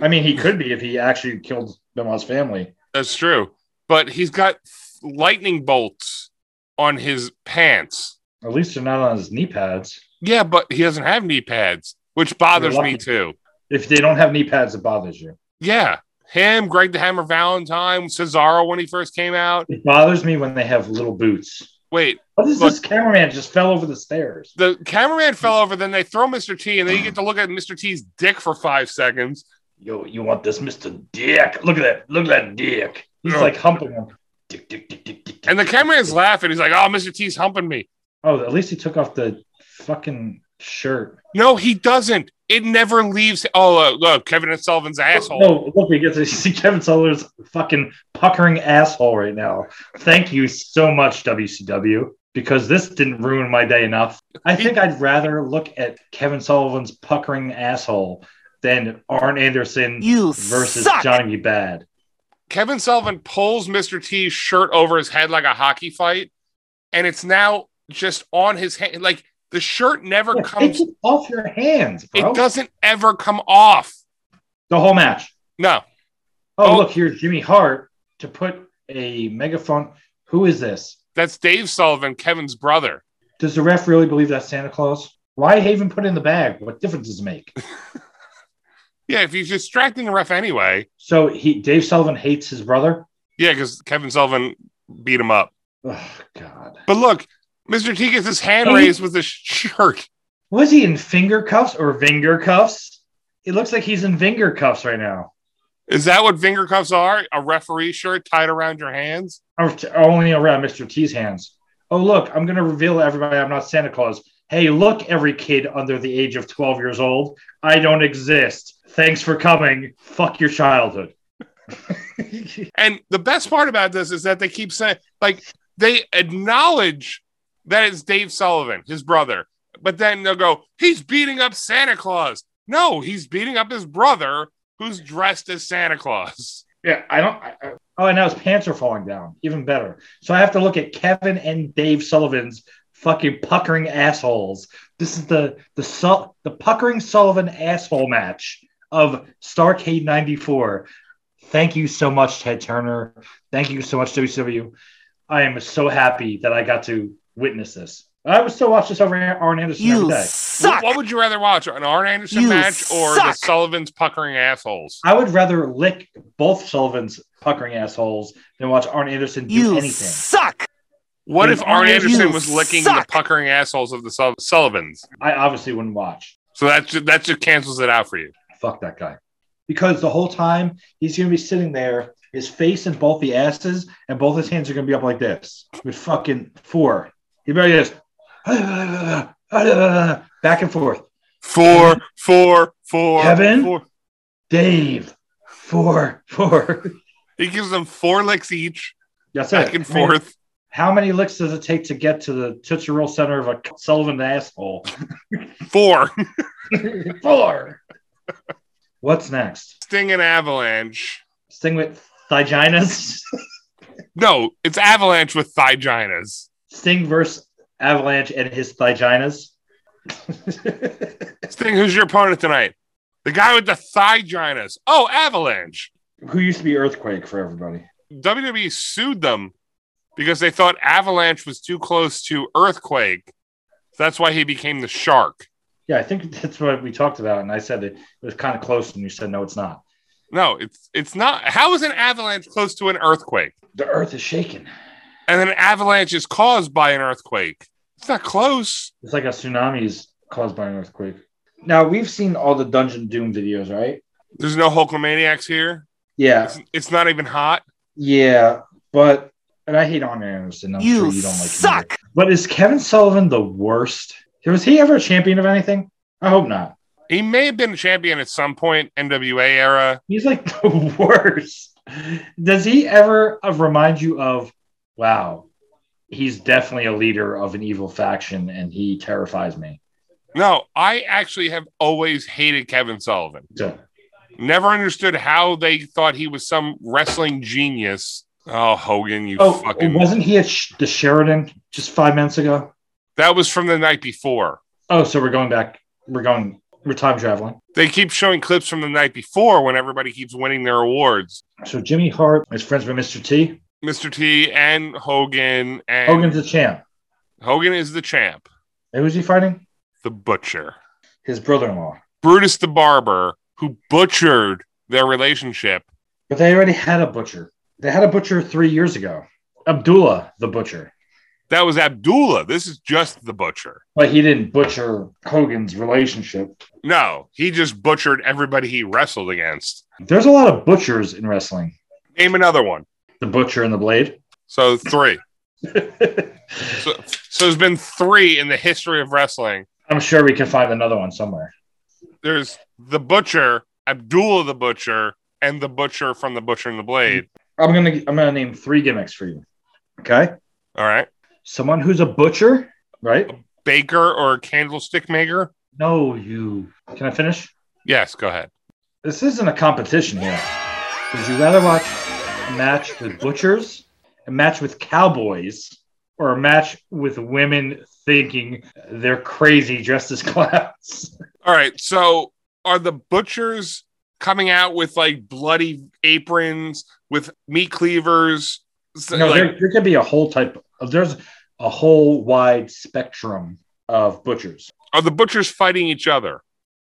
S4: I mean, he could be if he actually killed Benoit's family.
S1: That's true. But he's got lightning bolts on his pants.
S4: At least they're not on his knee pads.
S1: Yeah, but he doesn't have knee pads, which bothers
S4: You're
S1: me
S4: lucky.
S1: too.
S4: If they don't have knee pads, it bothers you.
S1: Yeah. Him, Greg the Hammer Valentine, Cesaro when he first came out.
S4: It bothers me when they have little boots.
S1: Wait,
S4: What is
S1: Look-
S4: this cameraman just fell over the stairs?
S1: the cameraman fell over, then they throw Mr. T, and then you get to look at Mr. T's dick for five seconds.
S4: Yo, you want this, Mr. Dick? Look at that. Look at that dick. He's
S1: Ugh.
S4: like humping him. Dick, dick, dick, dick, dick, dick,
S1: And the
S4: dick,
S1: cameraman's
S4: dick.
S1: laughing. He's like, oh, Mr. T's humping me.
S4: Oh, at least he took off the fucking shirt.
S1: No, he doesn't. It never leaves. Oh, uh, look, Kevin and Sullivan's asshole.
S4: No, Oh, look, [laughs] we get to see Kevin Sullivan's fucking puckering asshole right now. Thank you so much, WCW, because this didn't ruin my day enough. I think I'd rather look at Kevin Sullivan's puckering asshole than Arn Anderson
S3: You
S4: versus
S3: suck.
S4: Johnny B. Bad.
S1: Kevin Sullivan pulls Mr. T's shirt over his head like a hockey fight, and it's now just on his hand. Like the shirt never
S4: Yeah,
S1: comes,
S4: Take it off your hands, bro.
S1: it doesn't ever come off.
S4: The whole match.
S1: No,
S4: Oh,
S1: Oh.
S4: look, here's Jimmy Hart to put a megaphone. Who is this?
S1: that's Dave Sullivan, Kevin's brother.
S4: Does the ref really believe that's Santa Claus? Why even put it in the bag? What difference does it make?
S1: Yeah, if he's distracting the ref anyway.
S4: So he Dave Sullivan hates his brother.
S1: Yeah, because Kevin Sullivan beat him up.
S4: Oh God.
S1: But look, Mr. T gets his hand
S4: Hey.
S1: raised with his shirt.
S4: Was he in finger cuffs or vinger cuffs? It looks like he's in vinger cuffs right now.
S1: Is that what finger cuffs are? A referee shirt tied around your hands?
S4: Or t- only around Mr. T's hands. Oh look, I'm gonna reveal to everybody I'm not Santa Claus. Hey, look, every kid under the age of 12 years old, I don't exist. Thanks for coming. Fuck your childhood.
S1: And the best part about this is that they keep saying, like, they acknowledge that it's Dave Sullivan, his brother, but then they'll go, he's beating up Santa Claus. No, he's beating up his brother who's dressed as Santa Claus.
S4: Yeah, I don't. I, I- oh, and now his pants are falling down. Even better. So I have to look at Kevin and Dave Sullivan's fucking puckering assholes. This is the the Sul- the puckering Sullivan asshole match of Starcade '94. Thank you so much, Ted Turner. Thank you so much, WCW. I am so happy that I got to witness this. I would still watch this over Arn Anderson every
S3: You
S4: day.
S3: suck.
S1: What would you rather watch, an Arn Anderson
S3: You
S1: match or the
S3: suck.
S1: Sullivan's puckering assholes?
S4: I would rather lick both Sullivan's puckering assholes than watch Arn Anderson do
S3: You
S4: anything.
S3: suck.
S1: What if
S4: You
S1: Arn Anderson was
S3: suck.
S1: licking the puckering assholes of the Sul- Sullivans?
S4: I obviously wouldn't watch.
S1: So that just, that just cancels it out for you.
S4: Fuck that guy. Because the whole time he's going to be sitting there, his face in both the asses, and both his hands are going to be up like this with fucking four. He barely is back and forth.
S1: Four, four, four.
S4: Kevin?
S1: four.
S4: Dave, four, four.
S1: He gives them four licks each,
S4: That's
S1: back
S4: it.
S1: and forth.
S4: How many licks does it take to get to the Tootsie Roll Center of a Sullivan asshole? [laughs]
S1: Four.
S4: four. What's next?
S1: Sting and Avalanche.
S4: Sting with thiginas.
S1: No, it's Avalanche with thiginas.
S4: Sting versus Avalanche and his thiginas.
S1: Sting, who's your opponent tonight? The guy with the thiginas. Oh, Avalanche.
S4: [laughs] Who used to be Earthquake for everybody?
S1: WWE sued them because they thought Avalanche was too close to Earthquake. That's why he became the shark.
S4: Yeah, I think that's what we talked about. And I said it, it was kind of close, and you said, no, it's not.
S1: No, it's it's not. How is an avalanche close to an earthquake?
S4: The earth is shaking.
S1: And an avalanche is caused by an earthquake. It's not close.
S4: It's like a tsunami is caused by an earthquake. now we've seen all the Dungeon Doom videos, right?
S1: There's no Hulkamaniacs here.
S4: Yeah,
S1: It's, it's not even hot.
S4: yeah, but and I hate Arn Anderson. I'm sure you don't like him
S3: suck.
S4: either. But is Kevin Sullivan the worst? Was he ever a champion of anything? I hope not.
S1: He may have been a champion at some point, NWA era.
S4: He's like [laughs] the worst. Does he ever uh, remind you of, wow, he's definitely a leader of an evil faction and he terrifies me?
S1: No, I actually have always hated Kevin Sullivan.
S4: So,
S1: Never understood how they thought he was some wrestling genius. Oh, Hogan, you
S4: oh,
S1: fucking.
S4: wasn't he at Sh- the Sheridan just five minutes ago?
S1: That was from the night before.
S4: Oh, so we're going back. We're going, we're time traveling.
S1: They keep showing clips from the night before when everybody keeps winning their awards.
S4: So Jimmy Hart is friends with Mr. T.
S1: Mr. T and Hogan and
S4: Hogan's the champ.
S1: Hogan is the champ,
S4: And Who's he fighting?
S1: the butcher.
S4: His brother in law.
S1: Brutus the barber, who butchered their relationship.
S4: But they already had a butcher. They had a butcher three years ago. Abdullah, the butcher.
S1: That was Abdullah. This is just the butcher.
S4: But he didn't butcher Hogan's relationship.
S1: No, he just butchered everybody he wrestled against.
S4: There's a lot of butchers in wrestling.
S1: Name another one.
S4: The butcher and the blade.
S1: So three. So, so there's been three in the history of wrestling.
S4: I'm sure we can find another one somewhere.
S1: There's the butcher, Abdullah the butcher, and the butcher from the Butcher and the Blade.
S4: I'm gonna I'm gonna name three gimmicks for you. Okay.
S1: All right.
S4: Someone who's a butcher, right?
S1: Baker or candlestick maker?
S4: No, you can I finish?
S1: Yes, go ahead.
S4: This isn't a competition here. Would you rather watch a match with butchers, a match with cowboys, or a match with women thinking they're crazy dressed as clowns?
S1: All right. So are the butchers coming out with like bloody aprons with meat cleavers? So,
S4: No,
S1: like,
S4: there, there could be a whole type. Of, there's a whole wide spectrum of butchers.
S1: are the butchers fighting each other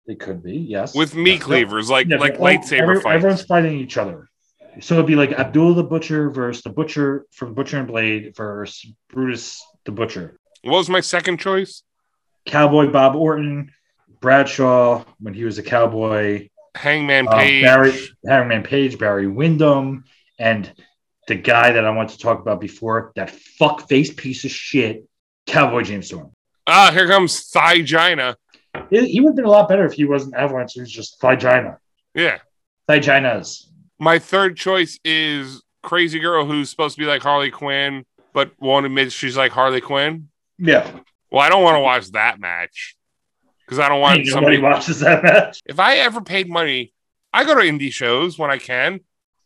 S4: They could be, yes.
S1: with meat
S4: Yeah.
S1: cleavers, like
S4: Yeah,
S1: like
S4: they're all-
S1: lightsaber
S4: every-
S1: fights?
S4: Everyone's fighting each other. So it'd be like Abdul the Butcher versus the Butcher from Butcher and Blade versus Brutus the Butcher,
S1: What was my second choice?
S4: Cowboy Bob Orton, Bradshaw when he was a cowboy,
S1: Hangman
S4: uh,
S1: Page.
S4: Barry Harriman Page, Barry Windham, and the guy that I want to talk about before that fuck face piece of shit, Cowboy James Storm.
S1: Ah, here comes Thigina.
S4: It, he would have been a lot better if he wasn't Avalanche. He was just Thigina.
S1: Yeah.
S4: Thiginas.
S1: My third choice is Crazy Girl, who's supposed to be like Harley Quinn, but won't admit she's like Harley Quinn.
S4: Yeah.
S1: Well, I don't want to watch that match because I don't
S4: Hey,
S1: want
S4: nobody
S1: somebody.
S4: watches that match.
S1: If I ever paid money, I go to indie shows when I can.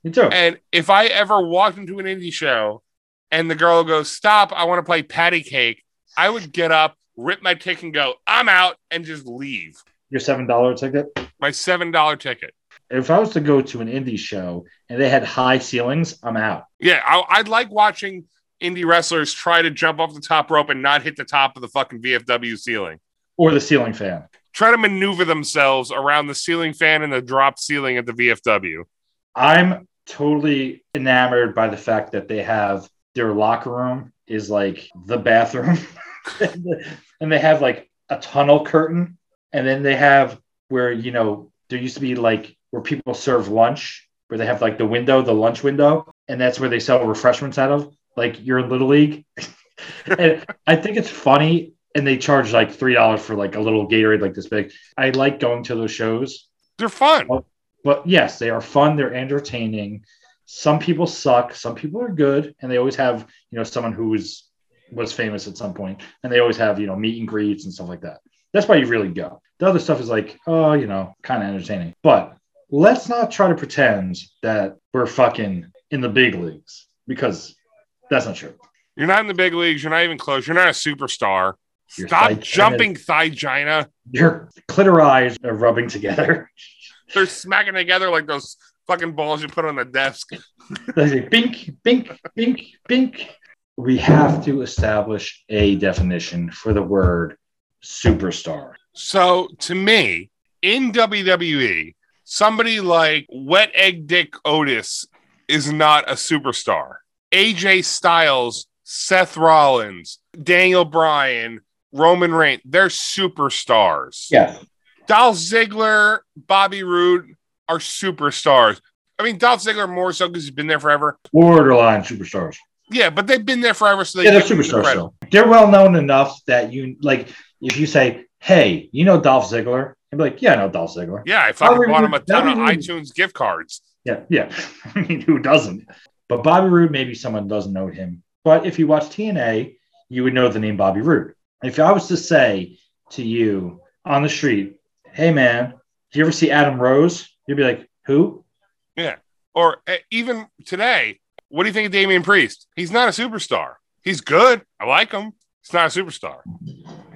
S4: Me too.
S1: And if I ever walked into an indie show and the girl goes, Stop, I want to play patty cake, I would get up, rip my ticket, and go, I'm out, and just leave.
S4: Your seven dollar ticket.
S1: My $7 ticket.
S4: If I was to go to an indie show and they had high ceilings, I'm out.
S1: Yeah, I, I'd like watching indie wrestlers try to jump off the top rope and not hit the top of the fucking VFW ceiling.
S4: Or the ceiling fan.
S1: Try to maneuver themselves around the ceiling fan and the drop ceiling at the VFW.
S4: I'm totally enamored by the fact that they have their locker room is like the bathroom, [laughs] and they have like a tunnel curtain, and then they have where you know there used to be like where people serve lunch, where they have like the window, the lunch window, and that's where they sell refreshments out of. Like you're in Little League, [laughs] and I think it's funny. And they charge like three dollars for like a little Gatorade like this big. I like going to those shows
S1: They're fun.
S4: but yes, they are fun. They're entertaining. Some people suck. Some people are good, and they always have you know someone who was was famous at some point, and they always have you know meet and greets and stuff like that. That's why you really go. The other stuff is like oh you know kind of entertaining, but let's not try to pretend that we're fucking in the big leagues because that's not true.
S1: You're not in the big leagues. You're not even close. You're not a superstar.
S4: Your
S1: Stop
S4: thigh- [laughs]
S1: jumping, Thigina.
S4: Your clitoris are rubbing together.
S1: They're smacking together like those fucking balls you put on the desk.
S4: They say bink, bink, bink, bink. We have to establish a definition for the word superstar.
S1: So to me, in WWE, somebody like Wet Egg Dick Otis is not a superstar. AJ Styles, Seth Rollins, Daniel Bryan, Roman Reigns, they're superstars.
S4: Yeah.
S1: Dolph Ziggler, Bobby Roode are superstars. I mean, Dolph Ziggler more so because he's been there forever.
S4: Borderline superstars.
S1: Yeah, but they've been there forever, so they
S4: yeah, they're
S1: give them the
S4: superstars.
S1: credit.
S4: Still. They're well known enough that you like if you say, "Hey, you know Dolph Ziggler?" I'd be like, "Yeah, I know Dolph Ziggler."
S1: Yeah, I fucking
S4: Bobby
S1: bought him a
S4: Roode- E
S1: ton of
S4: Bobby Roode.
S1: iTunes gift cards.
S4: Yeah, yeah. [laughs] I mean, who doesn't? But Bobby Roode, maybe someone doesn't know him. But if you watch TNA, you would know the name Bobby Roode. If I was to say to you on the street, "Hey, man, do you ever see Adam Rose?" You'd be like, "Who?"
S1: Or uh, even today, what do you think of Damian Priest? He's not a superstar. He's good. I like him. He's not a superstar.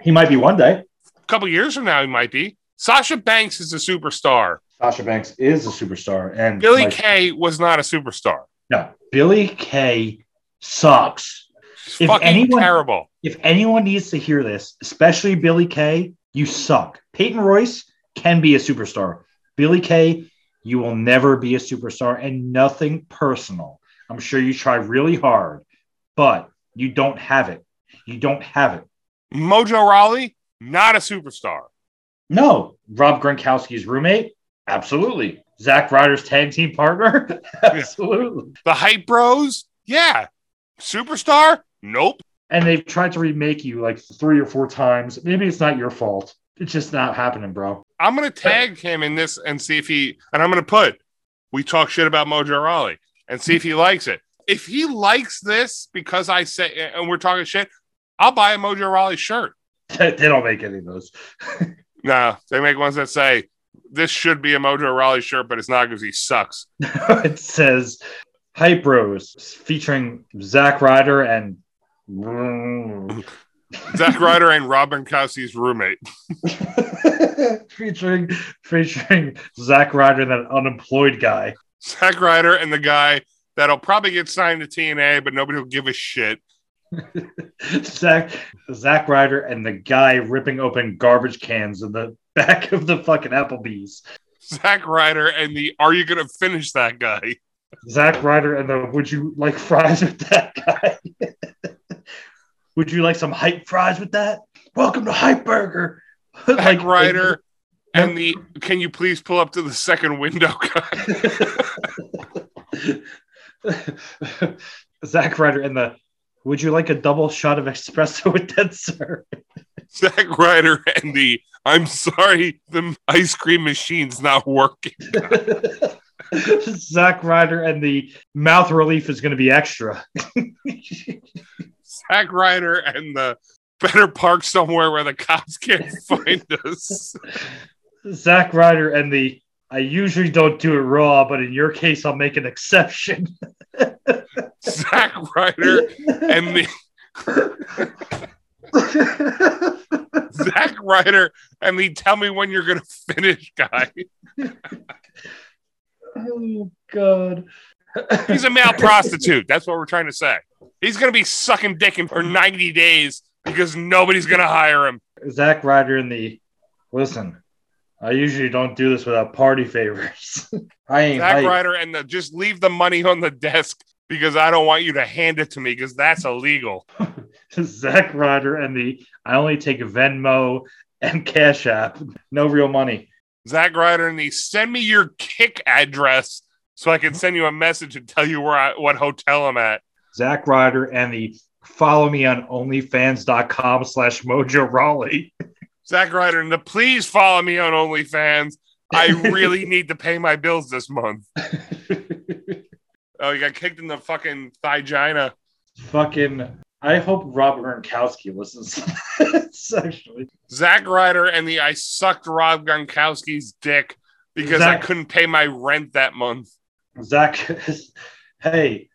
S4: He might be one day.
S1: A couple years from now, he might be. Sasha Banks is a superstar.
S4: Sasha Banks is a superstar, and
S1: Billy
S4: like,
S1: Kay was not a superstar.
S4: no, Billy Kay sucks.
S1: She's
S4: If
S1: fucking
S4: anyone-
S1: terrible.
S4: If anyone needs to hear this, especially Billy Kay, you suck. Peyton Royce can be a superstar. Billy Kay, you will never be a superstar and nothing personal. I'm sure you try really hard, but you don't have it. You don't have it.
S1: Mojo Raleigh, not a superstar.
S4: No, Rob Gronkowski's roommate? Absolutely. Zach Ryder's tag team partner? [laughs] Absolutely.
S1: The Hype Bros, yeah. Superstar? Nope.
S4: And they've tried to remake you like three or four times. Maybe it's not your fault. It's just not happening, bro. [laughs]
S1: I'm gonna tag him in this and see if he and I'm gonna put we talk shit about Mojo Raleigh and see if he likes it. If he likes this because I say and we're talking shit, I'll buy a Mojo Raleigh shirt.
S4: they don't make any of those.
S1: No, they make ones that say this should be a Mojo Raleigh shirt, but it's not because he sucks.
S4: [laughs] it says Hype Bros featuring Zack Ryder and [laughs]
S1: Zack Ryder and Robin Cassie's roommate. [laughs]
S4: featuring featuring Zack Ryder and that unemployed guy.
S1: Zack Ryder and the guy that'll probably get signed to TNA, but nobody will give a shit. [laughs]
S4: Zack Zack Ryder and the guy ripping open garbage cans in the back of the fucking Applebee's.
S1: Zack Ryder and the Are You Gonna Finish That Guy?
S4: Zack Ryder and the would you like fries with that guy? [laughs] would you like some hype fries with that? Welcome to Hype Burger. [laughs]
S1: [laughs] Zack Ryder and the Can You Please Pull Up to the Second Window [laughs] Guy?
S4: [laughs] Zack Ryder and the Would you like a double shot of espresso with that, sir? [laughs]
S1: Zack Ryder and the I'm sorry, the ice cream machine's not working.
S4: Zack Ryder and the mouth relief is going to be extra. [laughs]
S1: Zack Ryder and the Better Park Somewhere Where the Cops Can't [laughs] Find Us.
S4: Zack Ryder and the I usually don't do it raw, but in your case, I'll make an exception. [laughs]
S1: Zack Ryder and the [laughs]
S4: Oh
S1: Zack Ryder and the Tell Me When You're Gonna Finish Guy.
S4: oh, God.
S1: He's a male prostitute. That's what we're trying to say. He's going to be sucking dick in for 90 days because nobody's going to hire him.
S4: Zack Ryder in the listen. I usually don't do this without party favors. [laughs] I ain't
S1: Zack
S4: hype.
S1: Ryder and the, just leave the money on the desk because I don't want you to hand it to me because that's illegal.
S4: [laughs] Zack Ryder and the I only take Venmo and Cash App. No real money.
S1: Zack Ryder and the send me your kick address so I can send you a message and tell you where I, what hotel I'm at.
S4: Zack Ryder and the follow me on onlyfans.com slash mojo Raleigh.
S1: Zack Ryder and the please follow me on OnlyFans. I really need to pay my bills this month. Oh, you got kicked in the fucking thigina.
S4: Fucking I hope Rob Gronkowski listens to this [laughs] actually.
S1: Zack Ryder and the I sucked Rob Gronkowski's dick because
S4: Zack-
S1: I couldn't pay my rent that month.
S4: Zach [laughs] hey,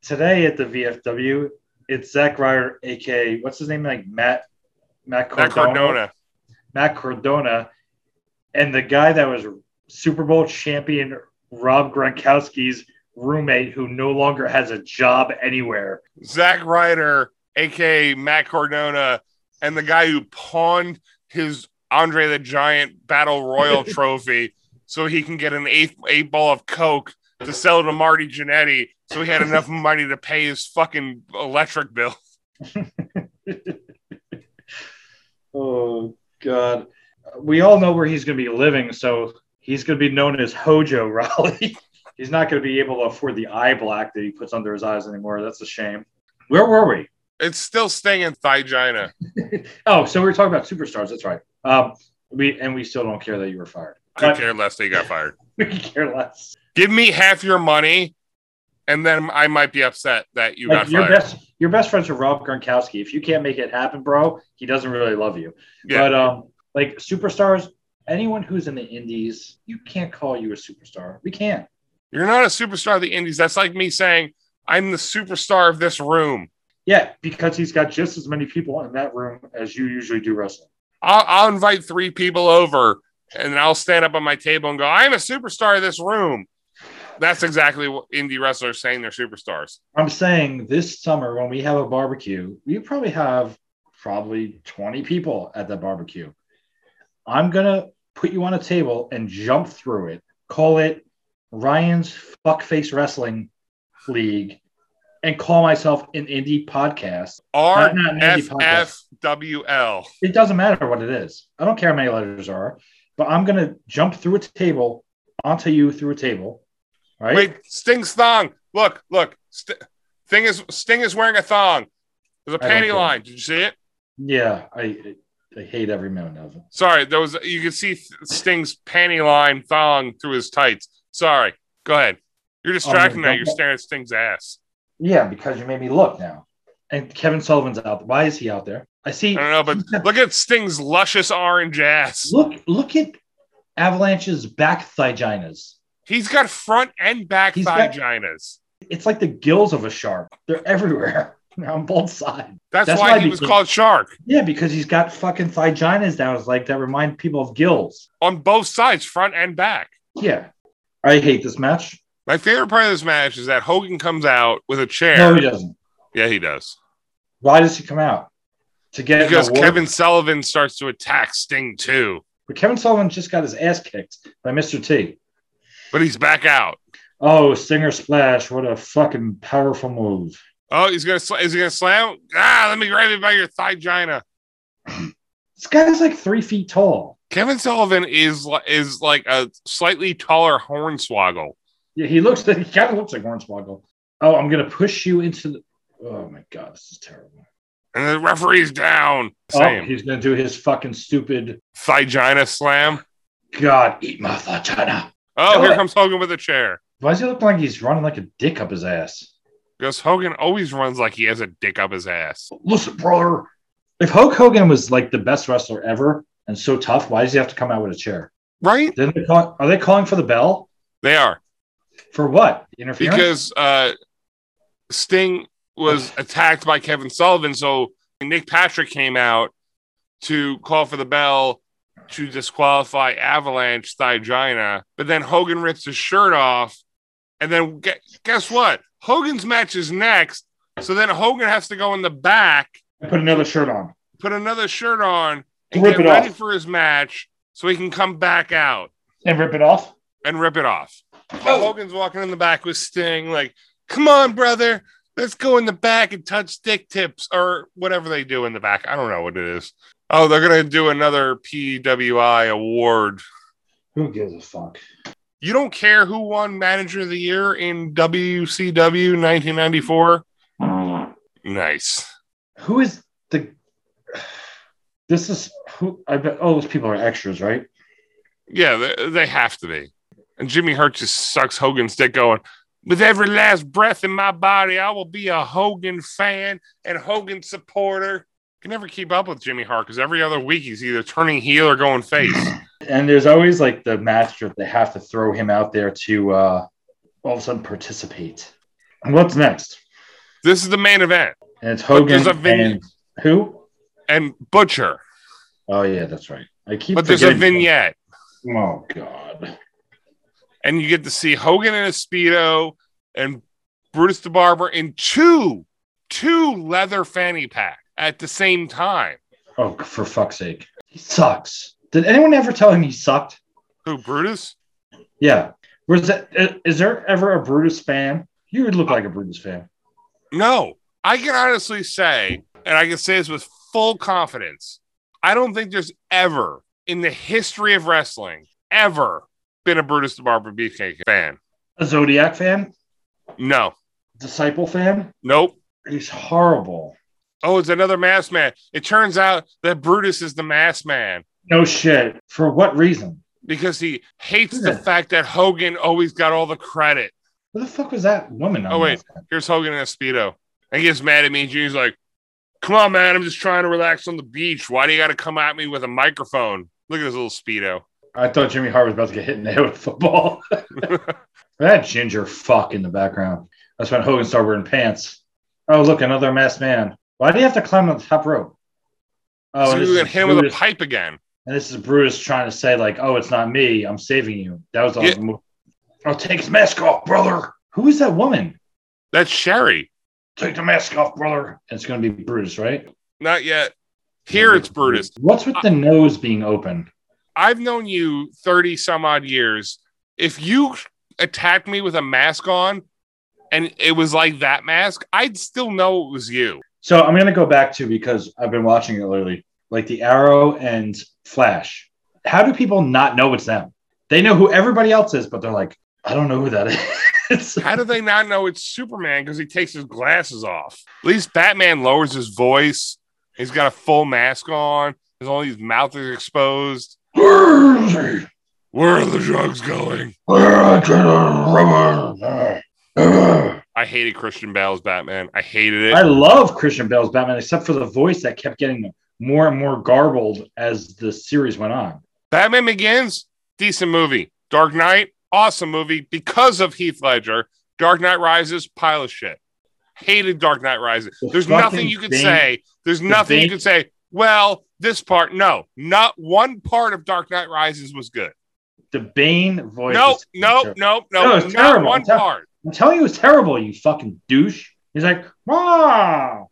S4: today at the VFW, it's Zack Ryder, aka what's his name? Like Matt Matt
S1: Zack Cardona.
S4: Matt Cardona, and the guy that was Super Bowl champion Rob Gronkowski's roommate, who no longer has a job anywhere.
S1: Zack Ryder, aka Matt Cardona, and the guy who pawned his Andre the Giant Battle
S4: [laughs]
S1: Royal trophy so he can get an eighth eight ball of Coke to sell to Marty Jannetty so he had
S4: [laughs]
S1: enough money to pay his fucking electric bill.
S4: Oh God! we all know where he's going to be living, so he's going to be known as Hojo [laughs] Raleigh. he's not going to be able to afford the eye black that he puts under his eyes anymore. That's a shame. Where were we?
S1: It's still staying in Thigina.
S4: Oh, so we were talking about superstars. That's right. Um, we and we still don't care that you were fired.
S1: I
S4: But
S1: care less they got fired.
S4: [laughs] we care less.
S1: Give me half your money, and then I might be upset that you
S4: Like,
S1: got
S4: your
S1: fired.
S4: best your best friends with Rob Gronkowski. If you can't make it happen, bro, he doesn't really love you.
S1: Yeah.
S4: But um, like superstars, anyone who's in the indies, you can't call you a superstar. We can't.
S1: You're not a superstar of the Indies. That's like me saying I'm the superstar of this room.
S4: Yeah, because he's got just as many people in that room as you usually do wrestling.
S1: I'll, I'll invite three people over, and I'll stand up on my table and go, "I'm a superstar of this room." That's exactly what indie wrestlers saying they're superstars.
S4: I'm saying this summer when we have a barbecue, we probably have probably 20 people at that barbecue. I'm gonna put you on a table and jump through it, call it Ryan's Fuckface Wrestling League, and call myself an indie podcast.
S1: R
S4: Not- not an
S1: F
S4: indie
S1: F
S4: podcast.
S1: W L.
S4: It doesn't matter what it is. I don't care how many letters there are, but I'm gonna jump through a table onto you through a table. Right?
S1: Wait, Sting's thong. Look, look. St- thing is, Sting is wearing a thong. There's a
S4: I don't
S1: panty
S4: care.
S1: line. Did you see it?
S4: Yeah, I I hate every minute of it.
S1: Sorry, there was. You could see Sting's panty line thong through his tights. Sorry. Go ahead.
S4: Oh
S1: You're distracting now.
S4: don't-
S1: You're staring at Sting's ass.
S4: Yeah, because you made me look now. And Kevin Sullivan's out. Why is he out there? I
S1: I
S4: see.
S1: don't know, but look at Sting's luscious orange ass.
S4: Look, look at Avalanche's back thiginas.
S1: He's got front and back
S4: He's got-
S1: vaginas.
S4: It's like the gills of a shark. They're everywhere [laughs] on both sides.
S1: That's,
S4: That's
S1: why,
S4: why
S1: he
S4: he
S1: was
S4: can-
S1: called Shark
S4: Yeah, because he's got fucking thiginas down his leg that remind people of gills.
S1: on both sides, front and back.
S4: Yeah, I hate this match.
S1: My favorite part of this match is that Hogan comes out with a chair.
S4: No, he doesn't.
S1: Yeah, he does.
S4: Why does he come out to get an
S1: because
S4: award?
S1: Kevin Sullivan starts to attack Sting too,
S4: But Kevin Sullivan just got his ass kicked by Mr. T.
S1: but he's back out.
S4: Oh, Stinger Splash! What a fucking powerful move.
S1: Oh, he's gonna sl- is he gonna slam? Ah, let me grab you by your thigh
S4: This guy's like three feet tall.
S1: Kevin Sullivan is li- is like a slightly taller hornswoggle.
S4: Yeah, he looks. [laughs] He kind of looks like Hornswoggle. Oh, I'm gonna push you into the. Oh my god, this is terrible.
S1: And the referee's down.
S4: Oh,
S1: Same
S4: he's gonna do his fucking stupid.
S1: thigina slam.
S4: God, eat my vagina.
S1: Oh,
S4: Do
S1: here
S4: it.
S1: comes Hogan with a chair.
S4: Why does he look like he's running like a dick up his ass?
S1: Because Hogan always runs like he has a dick up his ass.
S4: Listen, brother. If Hulk Hogan was like the best wrestler ever and so tough, why does he have to come out with a chair?
S1: Right?
S4: Then they call, are they calling for the bell
S1: They are.
S4: for what interference?
S1: Because uh Sting
S4: [laughs]
S1: was attacked by Kevin Sullivan, so Nick Patrick came out to call for the bell to disqualify Avalanche Thigina, but then Hogan rips his shirt off, and then gue- guess what? Hogan's match is next, so then Hogan has to go in the back,
S4: put another shirt on.
S1: put another shirt on, and
S4: Rip
S1: get
S4: it off.
S1: ready for his match, so he can come back out
S4: And rip it off.
S1: and rip it off. While Hogan's walking in the back with Sting, like, come on, brother, let's go in the back and touch stick tips or whatever they do in the back. I don't know what it is. Oh, they're gonna do another PWI award.
S4: Who gives a fuck?
S1: You don't care who won Manager of the Year in WCW 1994? Nice.
S4: Who is the? This is who I bet. All those people are extras, right?
S1: Yeah, they, they have to be. And Jimmy Hurt just sucks Hogan's dick going, with every last breath in my body, I will be a Hogan fan and Hogan supporter. Can never keep up with Jimmy Hart because every other week he's either turning heel or going face.
S4: And there's always like the match that they have to throw him out there to uh, all of a sudden participate. And what's next?
S1: this is the main event.
S4: And it's Hogan
S1: there's a vignette.
S4: and who?
S1: And Butcher,
S4: Oh yeah, that's right. I keep.
S1: but there's a
S4: forgetting.
S1: vignette.
S4: Oh god.
S1: And you get to see Hogan in a Speedo and Brutus the Barber in two, two leather fanny pack at the same time.
S4: Oh, for fuck's sake, he sucks. Did anyone ever tell him he sucked?
S1: Who, Brutus?
S4: Yeah. Was that? i- Is there ever a Brutus fan? You would look like a Brutus fan.
S1: No, I can honestly say, and I can say this with full confidence, I don't think there's ever in the history of wrestling ever been a Brutus the Barber Beefcake fan.
S4: A Zodiac fan,
S1: No.
S4: disciple fan.
S1: Nope.
S4: He's horrible.
S1: Oh, it's another mass man. It turns out that Brutus is the mass man
S4: No shit. For what reason?
S1: because he hates the
S4: Yeah.
S1: fact that Hogan always got all the credit.
S4: Who the fuck was that woman? on
S1: Oh, wait.
S4: that?
S1: Here's Hogan in a Speedo. And he gets mad at me. And Junior's like, come on, man. I'm just trying to relax on the beach. Why do you got to come at me with a microphone? Look at this little Speedo.
S4: I thought Jimmy Hart was about to get hit in the head with
S1: [laughs]
S4: a football. [laughs] that ginger fuck in the background. That's when Hogan started wearing pants. Oh, look, another masked man. Why do you have to climb on the top rope? Oh,
S1: so
S4: and this,
S1: you
S4: is
S1: hit him with a
S4: Brutus,
S1: pipe again.
S4: and this is Brutus trying to say, like, oh, it's not me. I'm saving you. That was all.
S1: Yeah.
S4: move. I'll take his mask off, brother. Who is that woman?
S1: That's Sherry.
S4: Take the mask off, brother. And it's going to be Brutus, right?
S1: Not yet. Here it's Brutus.
S4: What's with the nose being open?
S1: I've known you 30 some odd years. If you attacked me with a mask on and it was like that mask, I'd still know it was you.
S4: So I'm going to go back to because I've been watching it lately, like the Arrow and Flash. How do people not know it's them? They know who everybody else is, but they're like, I don't know who that is.
S1: [laughs] How do they not know it's Superman because he takes his glasses off? At least Batman lowers his voice. He's got a full mask on. His only his mouth is exposed.
S4: Where is he?
S1: Where are the drugs going?
S4: Where I get a rubber?
S1: I hated Christian Bale's Batman. I hated
S4: [laughs] I
S1: it.
S4: love Christian Bale's Batman, except for the voice that kept getting more and more garbled as the series went on.
S1: Batman Begins, decent movie. Dark Knight, awesome movie because of Heath Ledger. Dark Knight Rises, pile of shit. Hated Dark Knight Rises.
S4: The
S1: There's
S4: fucking
S1: nothing you could
S4: thing-
S1: say. There's nothing you
S4: thing-
S1: could say. Well, this part, no, not one part of Dark Knight Rises was good.
S4: The Bane voice.
S1: No,
S4: is-
S1: no, no,
S4: No,
S1: no,
S4: it's
S1: not
S4: terrible.
S1: one
S4: It's ter-
S1: part.
S4: I'm telling you, it's terrible, you fucking douche. He's like, wow,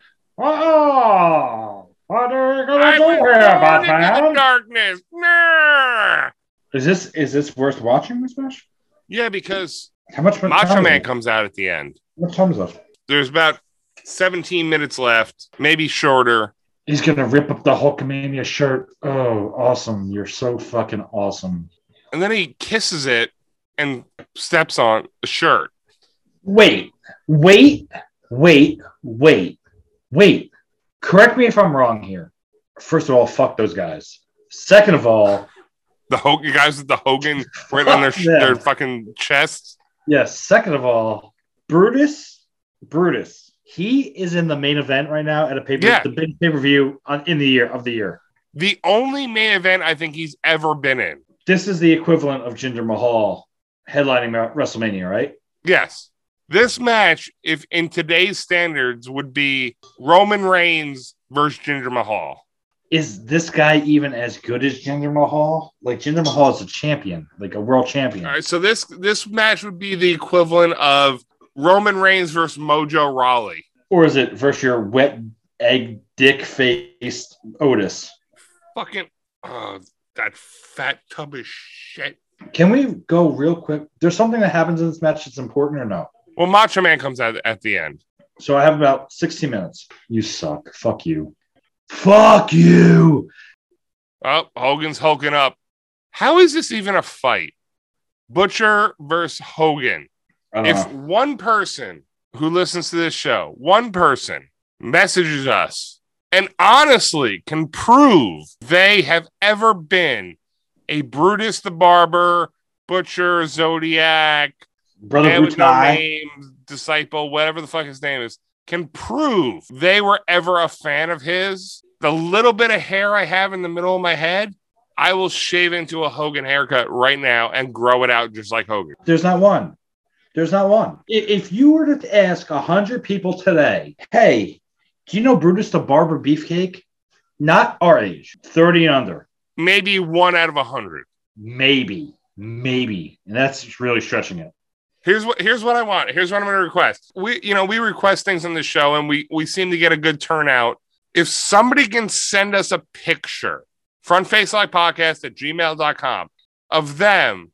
S4: wow, what are you gonna
S1: I
S4: do
S1: was
S4: here,
S1: born into the
S4: Batman?
S1: darkness. Nah.
S4: Is this is this worth watching, Miss Mash?
S1: Yeah, because
S4: How much what
S1: Macho
S4: time
S1: Man
S4: Is it?
S1: comes out at the end.
S4: What time is it?
S1: There's about 17 minutes left, maybe shorter.
S4: He's gonna rip up the Hulkamania shirt. Oh, awesome! You're so fucking awesome.
S1: and then he kisses it and steps on the shirt.
S4: Wait, wait, wait, wait, wait. Correct me if I'm wrong here. First of all, fuck those guys. Second of all,
S1: The Hogan guys with the Hogan right on their
S4: fuck them.
S1: their fucking chests.
S4: Yes. Second of all, Brutus, Brutus, he is in the main event right now at a paper,
S1: Yeah.
S4: the big pay per view in the year of the year.
S1: The only main event I think he's ever been in.
S4: This is the equivalent of Jinder Mahal headlining Ma- WrestleMania, right?
S1: Yes. This match, if in today's standards, would be Roman Reigns versus Jinder Mahal.
S4: Is this guy even as good as Jinder Mahal? Like Jinder Mahal is a champion, like a world champion.
S1: All right, so this this match would be the equivalent of Roman Reigns versus Mojo Raleigh.
S4: Or is it versus your wet egg dick faced Otis?
S1: Fucking oh, that fat tub of shit.
S4: Can we go real quick? There's something that happens in this match that's important or no?
S1: Well, Macho Man comes out at the end.
S4: So I have about 60 minutes. You suck. Fuck you. Fuck you.
S1: Oh, Hogan's hulking up. How is this even a fight? Butcher versus Hogan.
S4: I don't
S1: If
S4: know.
S1: one person who listens to this show, one person messages us and honestly can prove they have ever been a Brutus the Barber, Butcher, Zodiac,
S4: Brother
S1: man with no
S4: Brutai,
S1: name, disciple, whatever the fuck his name is, can prove they were ever a fan of his, the little bit of hair I have in the middle of my head, I will shave into a Hogan haircut right now and grow it out just like Hogan.
S4: there's not one. There's not one. I- If you were to ask 100 people today, hey, do you know Brutus the Barber Beefcake? Not our age, 30 and under.
S1: Maybe one out of a hundred.
S4: Maybe, maybe. And that's really stretching it.
S1: Here's what here's what I want. Here's what I'm gonna request. We you know, we request things on the show and we we seem to get a good turnout. If somebody can send us a picture, frontfacelockpodcast at gmail.com of them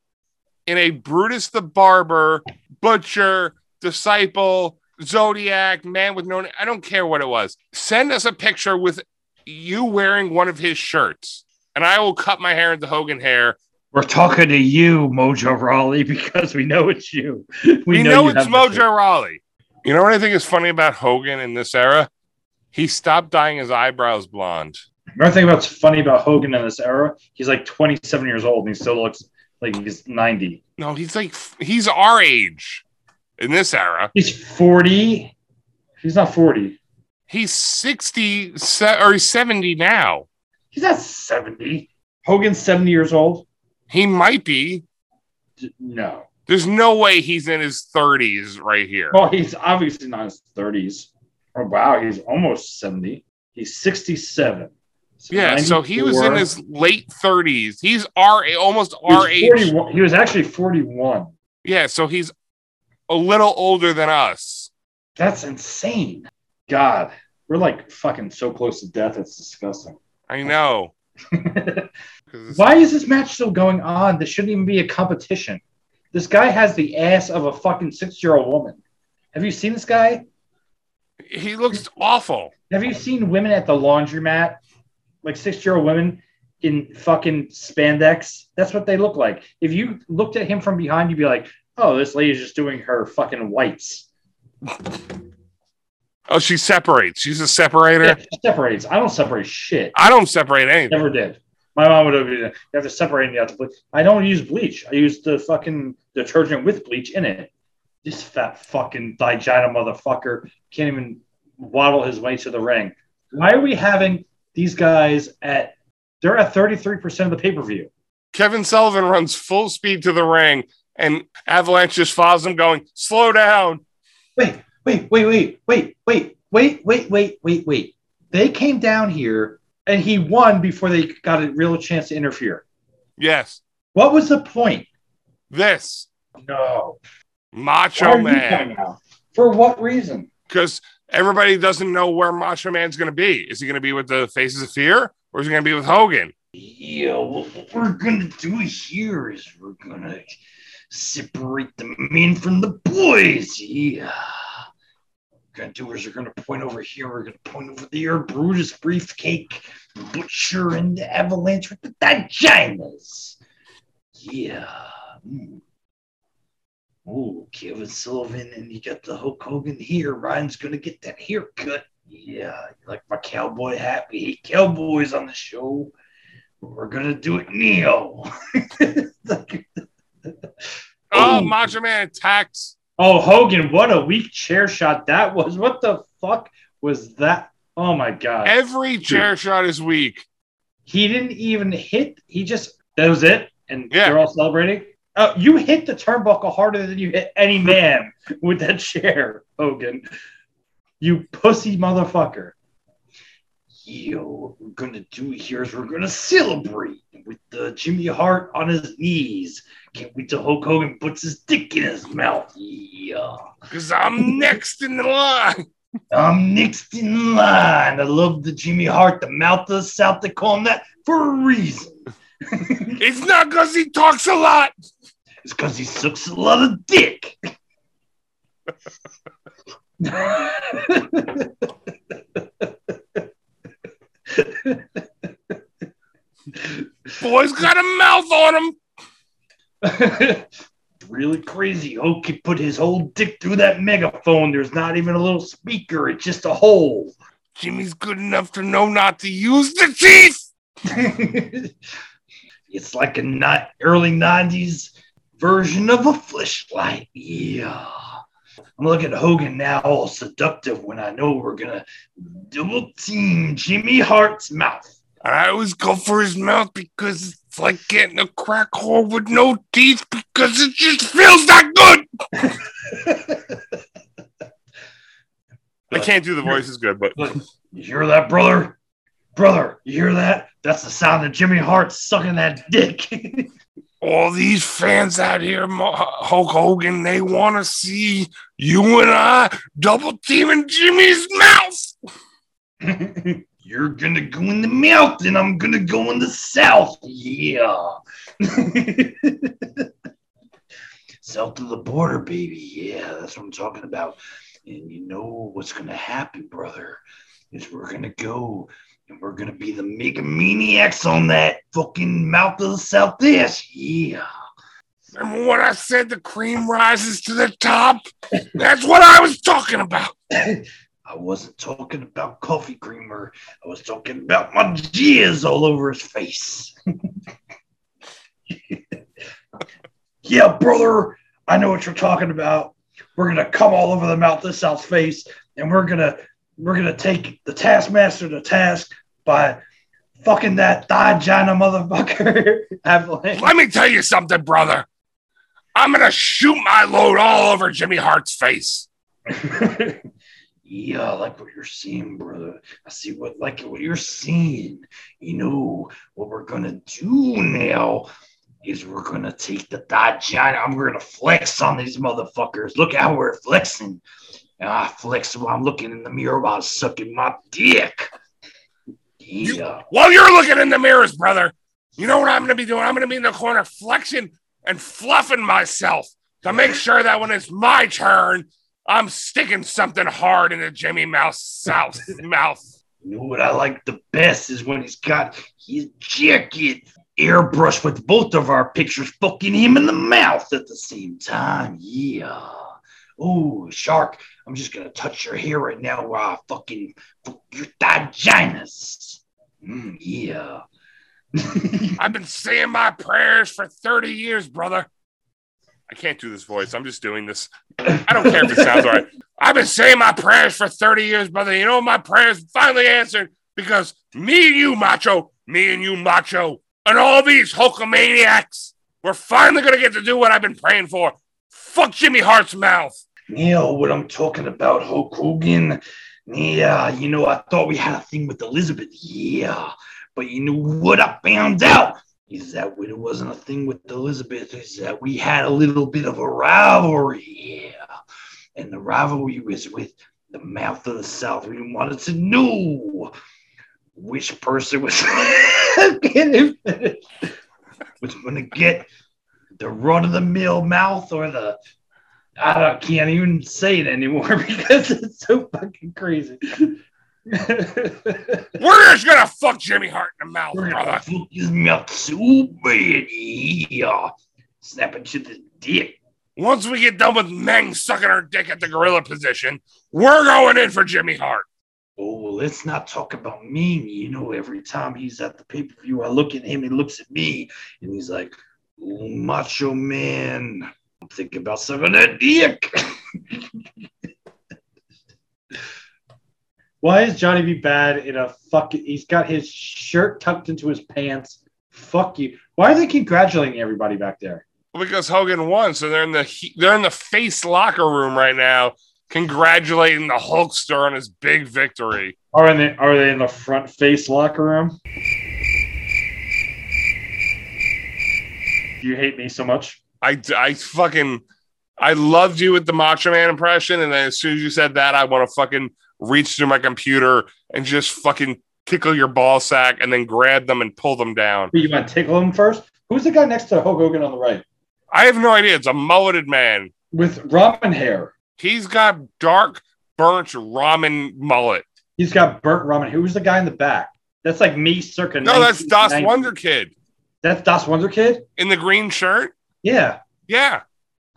S1: in a Brutus the Barber, Butcher, Disciple, Zodiac, Man with No Name. I don't care what it was. Send us a picture with you wearing one of his shirts. And and I will cut my hair into Hogan hair.
S4: We're talking to you, Mojo Raleigh, [laughs] because we know it's you. We,
S1: We, know,
S4: you
S1: it's
S4: have this
S1: Mojo Raleigh. You know what I think is funny about Hogan in this era? He stopped dyeing his eyebrows blonde.
S4: Another thing that's funny about Hogan in this era, he's like 27 years old and he still looks like he's 90.
S1: No, he's like he's our age in this era.
S4: He's 40. He's not 40.
S1: He's sixty se- or he's seventy now.
S4: He's not 70. Hogan's 70 years old?
S1: He might be.
S4: D- No.
S1: There's no way he's in his thirties right here.
S4: Well, he's obviously not in his 30s. Oh, wow. He's almost 70. He's 67. So
S1: Yeah, so he was in
S4: 94.
S1: his late thirties. He's our almost
S4: He was
S1: our age.
S4: 41 He was actually 41.
S1: Yeah, so he's a little older than us.
S4: That's insane. God, we're like fucking so close to death. It's disgusting. [laughs]
S1: I know. 'Cause it's-
S4: Why is this match still going on? This shouldn't even be a competition. This guy has the ass of a fucking six year old woman. Have you seen this guy?
S1: He looks awful.
S4: Have you seen women at the laundromat? Like six year old women in fucking spandex? That's what they look like. If you looked at him from behind, you'd be like, oh, this lady's just doing her fucking whites.
S1: Oh, she separates. She's a separator.
S4: Yeah, she separates. I don't separate shit.
S1: I don't separate anything.
S4: Never did. My mom would have been, you have to separate and you have to bleach. I don't use bleach. I use the fucking detergent with bleach in it. This fat fucking digina motherfucker can't even waddle his way to the ring. Why are we having these guys at, they're at 33% of the pay per view.
S1: Kevin Sullivan runs full speed to the ring, and Avalanche just follows him, going, "Slow down."
S4: Wait, wait, wait, wait, wait, wait, wait, wait, wait, wait, wait. They came down here and he won before they got a real chance to interfere.
S1: Yes,
S4: What was the point?
S1: this
S4: No. Why
S1: Macho
S4: are you
S1: Man,
S4: coming out? For what reason?
S1: because everybody doesn't know where Macho Man's going to be. Is he going to be with the Faces of Fear, or is he going to be with Hogan?
S4: Yeah, what, what we're gonna do here is we're gonna separate the men from the boys. Yeah. What we're gonna do is we're gonna point over here, we're gonna point over there, Brutus Briefcake, Butcher, and the Avalanche with the vaginas. Yeah. Mm. Oh, Kevin Sullivan, and you got the Hulk Hogan here. Ryan's gonna get that haircut. Yeah, you like my cowboy hat. We hate cowboys on the show we're gonna do it Neo. [laughs]
S1: Oh,
S4: Ooh.
S1: Macho Man attacks.
S4: oh, Hogan, what a weak chair shot that was. What the fuck was that? Oh my god.
S1: Every chair shot is weak.
S4: he didn't even hit, he just that was it, and
S1: Yeah.
S4: they're all celebrating. Uh, you hit the turnbuckle harder than you hit any man with that chair, Hogan. You pussy motherfucker. Yo, what we're gonna do here is we're gonna celebrate with uh, Jimmy Hart on his knees. Can't wait till Hulk Hogan puts his dick in his mouth. Yeah.
S1: Cause I'm next in the line.
S4: I'm next in line. I love the Jimmy Hart, the mouth of the South. They call him that for a reason.
S1: It's not because he talks a lot.
S4: It's because he sucks a lot of dick. [laughs] That's
S1: Boy's got a mouth on him.
S4: really crazy. Hulk could put his whole dick through that megaphone. There's not even a little speaker, it's just a hole. [laughs]
S1: Jimmy's good enough to know not to use the teeth.
S4: it's like a ni- early 90s version of a flashlight. Yeah. I'm looking at Hogan now, all seductive, when I know we're going to double team Jimmy Hart's mouth.
S1: And I always go for his mouth because it's like getting a crack hole with no teeth because it just feels that good. I can't do the voice as good, but
S4: Look, you hear that, brother? Brother, you hear that? That's the sound of Jimmy Hart sucking that dick. [laughs]
S1: all these fans out here, Mo- Hulk Hogan, they want to see you and I double teaming Jimmy's mouth.
S4: You're gonna go in the mouth, and I'm gonna go in the south. Yeah. [laughs] south of the border, baby. Yeah, that's what I'm talking about. And you know what's gonna happen, brother, is we're gonna go and we're gonna be the megamaniacs on that fucking mouth of the southeast. Yeah.
S1: Remember when I said the cream rises to the top? That's what I was talking about.
S4: I wasn't talking about coffee creamer. I was talking about my jizz all over his face. [laughs] yeah, brother, I know what you're talking about. We're gonna come all over the mouth of South's face, and we're gonna we're gonna take the taskmaster to task by fucking that thigh vagina motherfucker. [laughs] Avalanche.
S1: Let me tell you something, brother. I'm gonna shoot my load all over Jimmy Hart's face.
S4: [laughs] yeah, I like what you're seeing, brother. I see what like what you're seeing. You know what we're gonna do now is we're gonna take the dot giant. I'm gonna flex on these motherfuckers. Look how we're flexing. And I flex while I'm looking in the mirror while I'm sucking my dick. Yeah.
S1: While you're looking in the mirrors, brother, you know what I'm gonna be doing? I'm gonna be in the corner flexing and fluffing myself to make sure that when it's my turn, I'm sticking something hard into Jimmy Mouse South mouth.
S4: You know what I like the best is when he's got his jacket airbrushed with both of our pictures, fucking him in the mouth at the same time. Yeah. Oh, shark, I'm just gonna touch your hair right now while I fucking fuck your vaginas. Mm, yeah.
S1: I've been saying my prayers for 30 years, brother. I can't do this voice. I'm just doing this. I don't care if it sounds all right. I've been saying my prayers for 30 years, brother. You know, my prayers finally answered because me and you, macho, me and you, macho, and all these Hulkamaniacs, we're finally going to get to do what I've been praying for. Fuck Jimmy Hart's mouth.
S4: You know what I'm talking about, Hulk Hogan? Yeah, you know, I thought we had a thing with Elizabeth. Yeah, but you know what I found out is that it wasn't a thing with Elizabeth, is that we had a little bit of a rivalry. Yeah, and the rivalry was with the mouth of the South. We wanted to know which person was [laughs] getting finished. was going to get the run of the mill mouth or the I don't, can't even say it anymore [laughs] because it's so fucking
S6: [laughs]
S4: crazy.
S1: We're just going to fuck Jimmy Hart in the mouth,
S4: We're
S1: brother.
S4: gonna fuck his mouth so bad, yeah. Snap it to the dick.
S1: Once we get done with Meng sucking her dick at the gorilla position, we're going in for Jimmy Hart.
S4: Oh, well, let's not talk about me. You know, every time he's at the pay per view, I look at him, he looks at me, and he's like, oh, Macho Man, I'm thinking about sucking that dick. [laughs]
S6: Why is Johnny B. Bad in a fuck? He's got his shirt tucked into his pants. Fuck you. Why are they congratulating everybody back there?
S1: Because Hogan won, so they're in the he- they're in the face locker room right now, congratulating the Hulkster on his big victory.
S6: Are they are they in the front face locker room? You hate me so much.
S1: I, I fucking I loved you with the Macho Man impression, and then as soon as you said that, I want to fucking reach through my computer and just fucking tickle your ball sack and then grab them and pull them down.
S6: You want to tickle him first? Who's the guy next to Hulk Hogan on the right
S1: I have no idea. It's a mulleted man.
S6: with ramen hair?
S1: He's got dark, burnt ramen mullet.
S6: He's got burnt ramen. Who's the guy in the back? That's like me circa.
S1: No, that's Das
S6: 1990.
S1: Wonder Kid
S6: That's Das Wonder Kid.
S1: in the green shirt.
S6: Yeah.
S1: Yeah.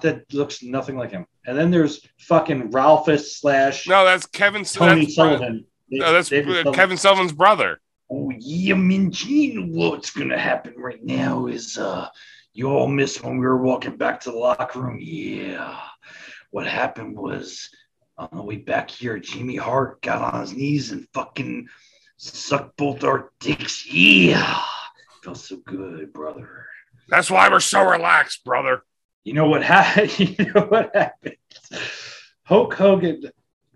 S6: that looks nothing like him. And then there's fucking Ralphus slash
S1: No, that's Kevin.
S6: Tony
S1: that's,
S6: Sullivan.
S1: No, that's
S6: David
S1: uh,
S6: Sullivan.
S1: Kevin Sullivan's brother.
S4: Oh yeah, Mingine. What's gonna happen right now is uh you all missed when we were walking back to the locker room. Yeah. What happened was on the way back here, Jimmy Hart got on his knees and fucking sucked both our dicks. Yeah. Felt so good, brother.
S1: That's why we're so relaxed, brother.
S6: You know
S4: [laughs]
S6: what happened? you know what happened? Hulk Hogan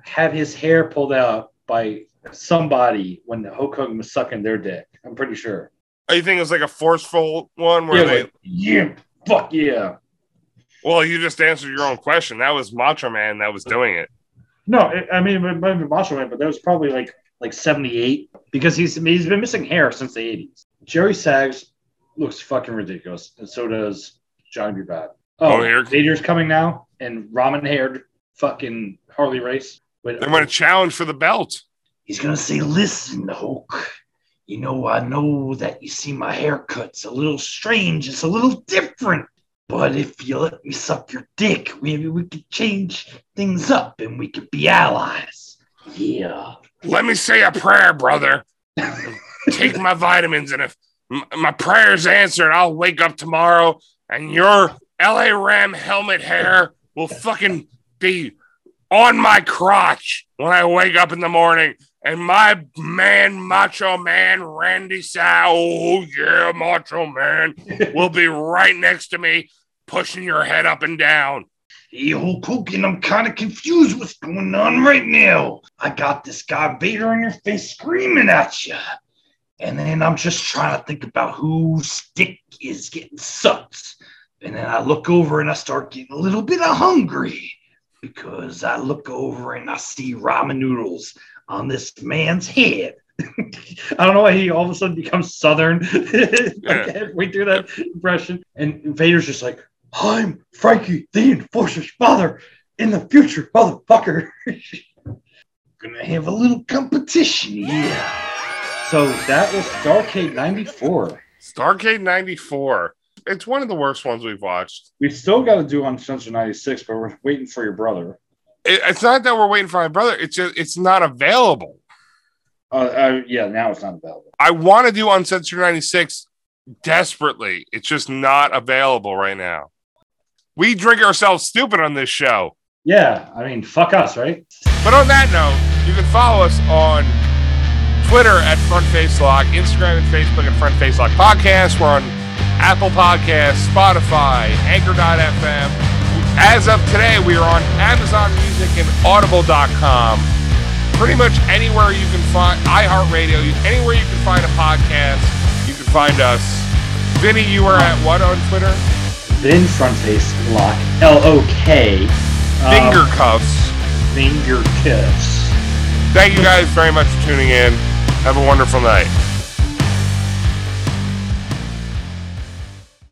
S6: had his hair pulled out by somebody when the Hulk Hogan was sucking their dick. I'm pretty sure.
S1: Oh, you think it was like a forceful one where
S6: Yeah,
S1: they?
S6: like, yeah, fuck yeah.
S1: well, you just answered your own question. That was Macho Man that was doing it.
S6: No, it, I mean, it might have been Macho Man, but that was probably like like '78 because he's he's been missing hair since the '80s. Jerry Sags looks fucking ridiculous, and so does Johnny B. Bad.
S1: Oh,
S6: Oh,
S1: here-
S6: Vader's coming now, and ramen-haired fucking Harley Race. With,
S1: They want to challenge for the belt.
S4: He's gonna say, listen, Hulk,
S6: You know, I know that you see my haircut's a little strange. It's a little different. But if you let me suck your dick, maybe we could change things up and we could be allies. Yeah.
S1: Let me say a prayer, brother. Take my vitamins, and if m- my prayer's answered, I'll wake up tomorrow and your LA Ram helmet hair will fucking be on my crotch when I wake up in the morning. And my man, Macho Man, Randy Sow, oh yeah, Macho Man, will be right next to me, pushing your head up and down.
S6: Hey, Hulk Hogan, I'm kind of confused what's going on right now. I got this guy Vader in your face screaming at you. And then I'm just trying to think about whose dick is getting sucked. And then I look over and I start getting a little bit of hungry because I look over and I see ramen noodles on this man's head. [laughs]
S4: I don't know why he all of a sudden becomes Southern.
S1: Yeah.
S4: we do that impression. And Vader's just like, I'm Frankie the Enforcer's father in the future, motherfucker.
S6: [laughs] Gonna have a little competition here.
S4: So that was Starcade 94.
S1: Starcade 94. It's one of the worst ones we've watched.
S4: We've still got to do on Censor 96, but we're waiting for your brother.
S1: It- it's not that we're waiting for my brother, it's just, it's not available.
S4: Uh, uh, yeah, now it's not available.
S1: I want to do Uncensored 96 desperately. It's just not available right now. We drink ourselves stupid on this show.
S4: Yeah, I mean, fuck us, right?
S1: But on that note, you can follow us on Twitter at Front Face Lock, Instagram and Facebook at Front Face Lock Podcast. We're on Apple Podcasts, Spotify, Anchor.fm. As of today, we are on Amazon Music and Audible.com. Pretty much anywhere you can find iHeartRadio, you- anywhere you can find a podcast, you can find us. Vinny, you are at what on Twitter?
S4: Then front face lock, L O K. Um,
S1: Finger cuffs.
S4: Finger kiss.
S1: Thank you guys very much for tuning in. Have a wonderful night.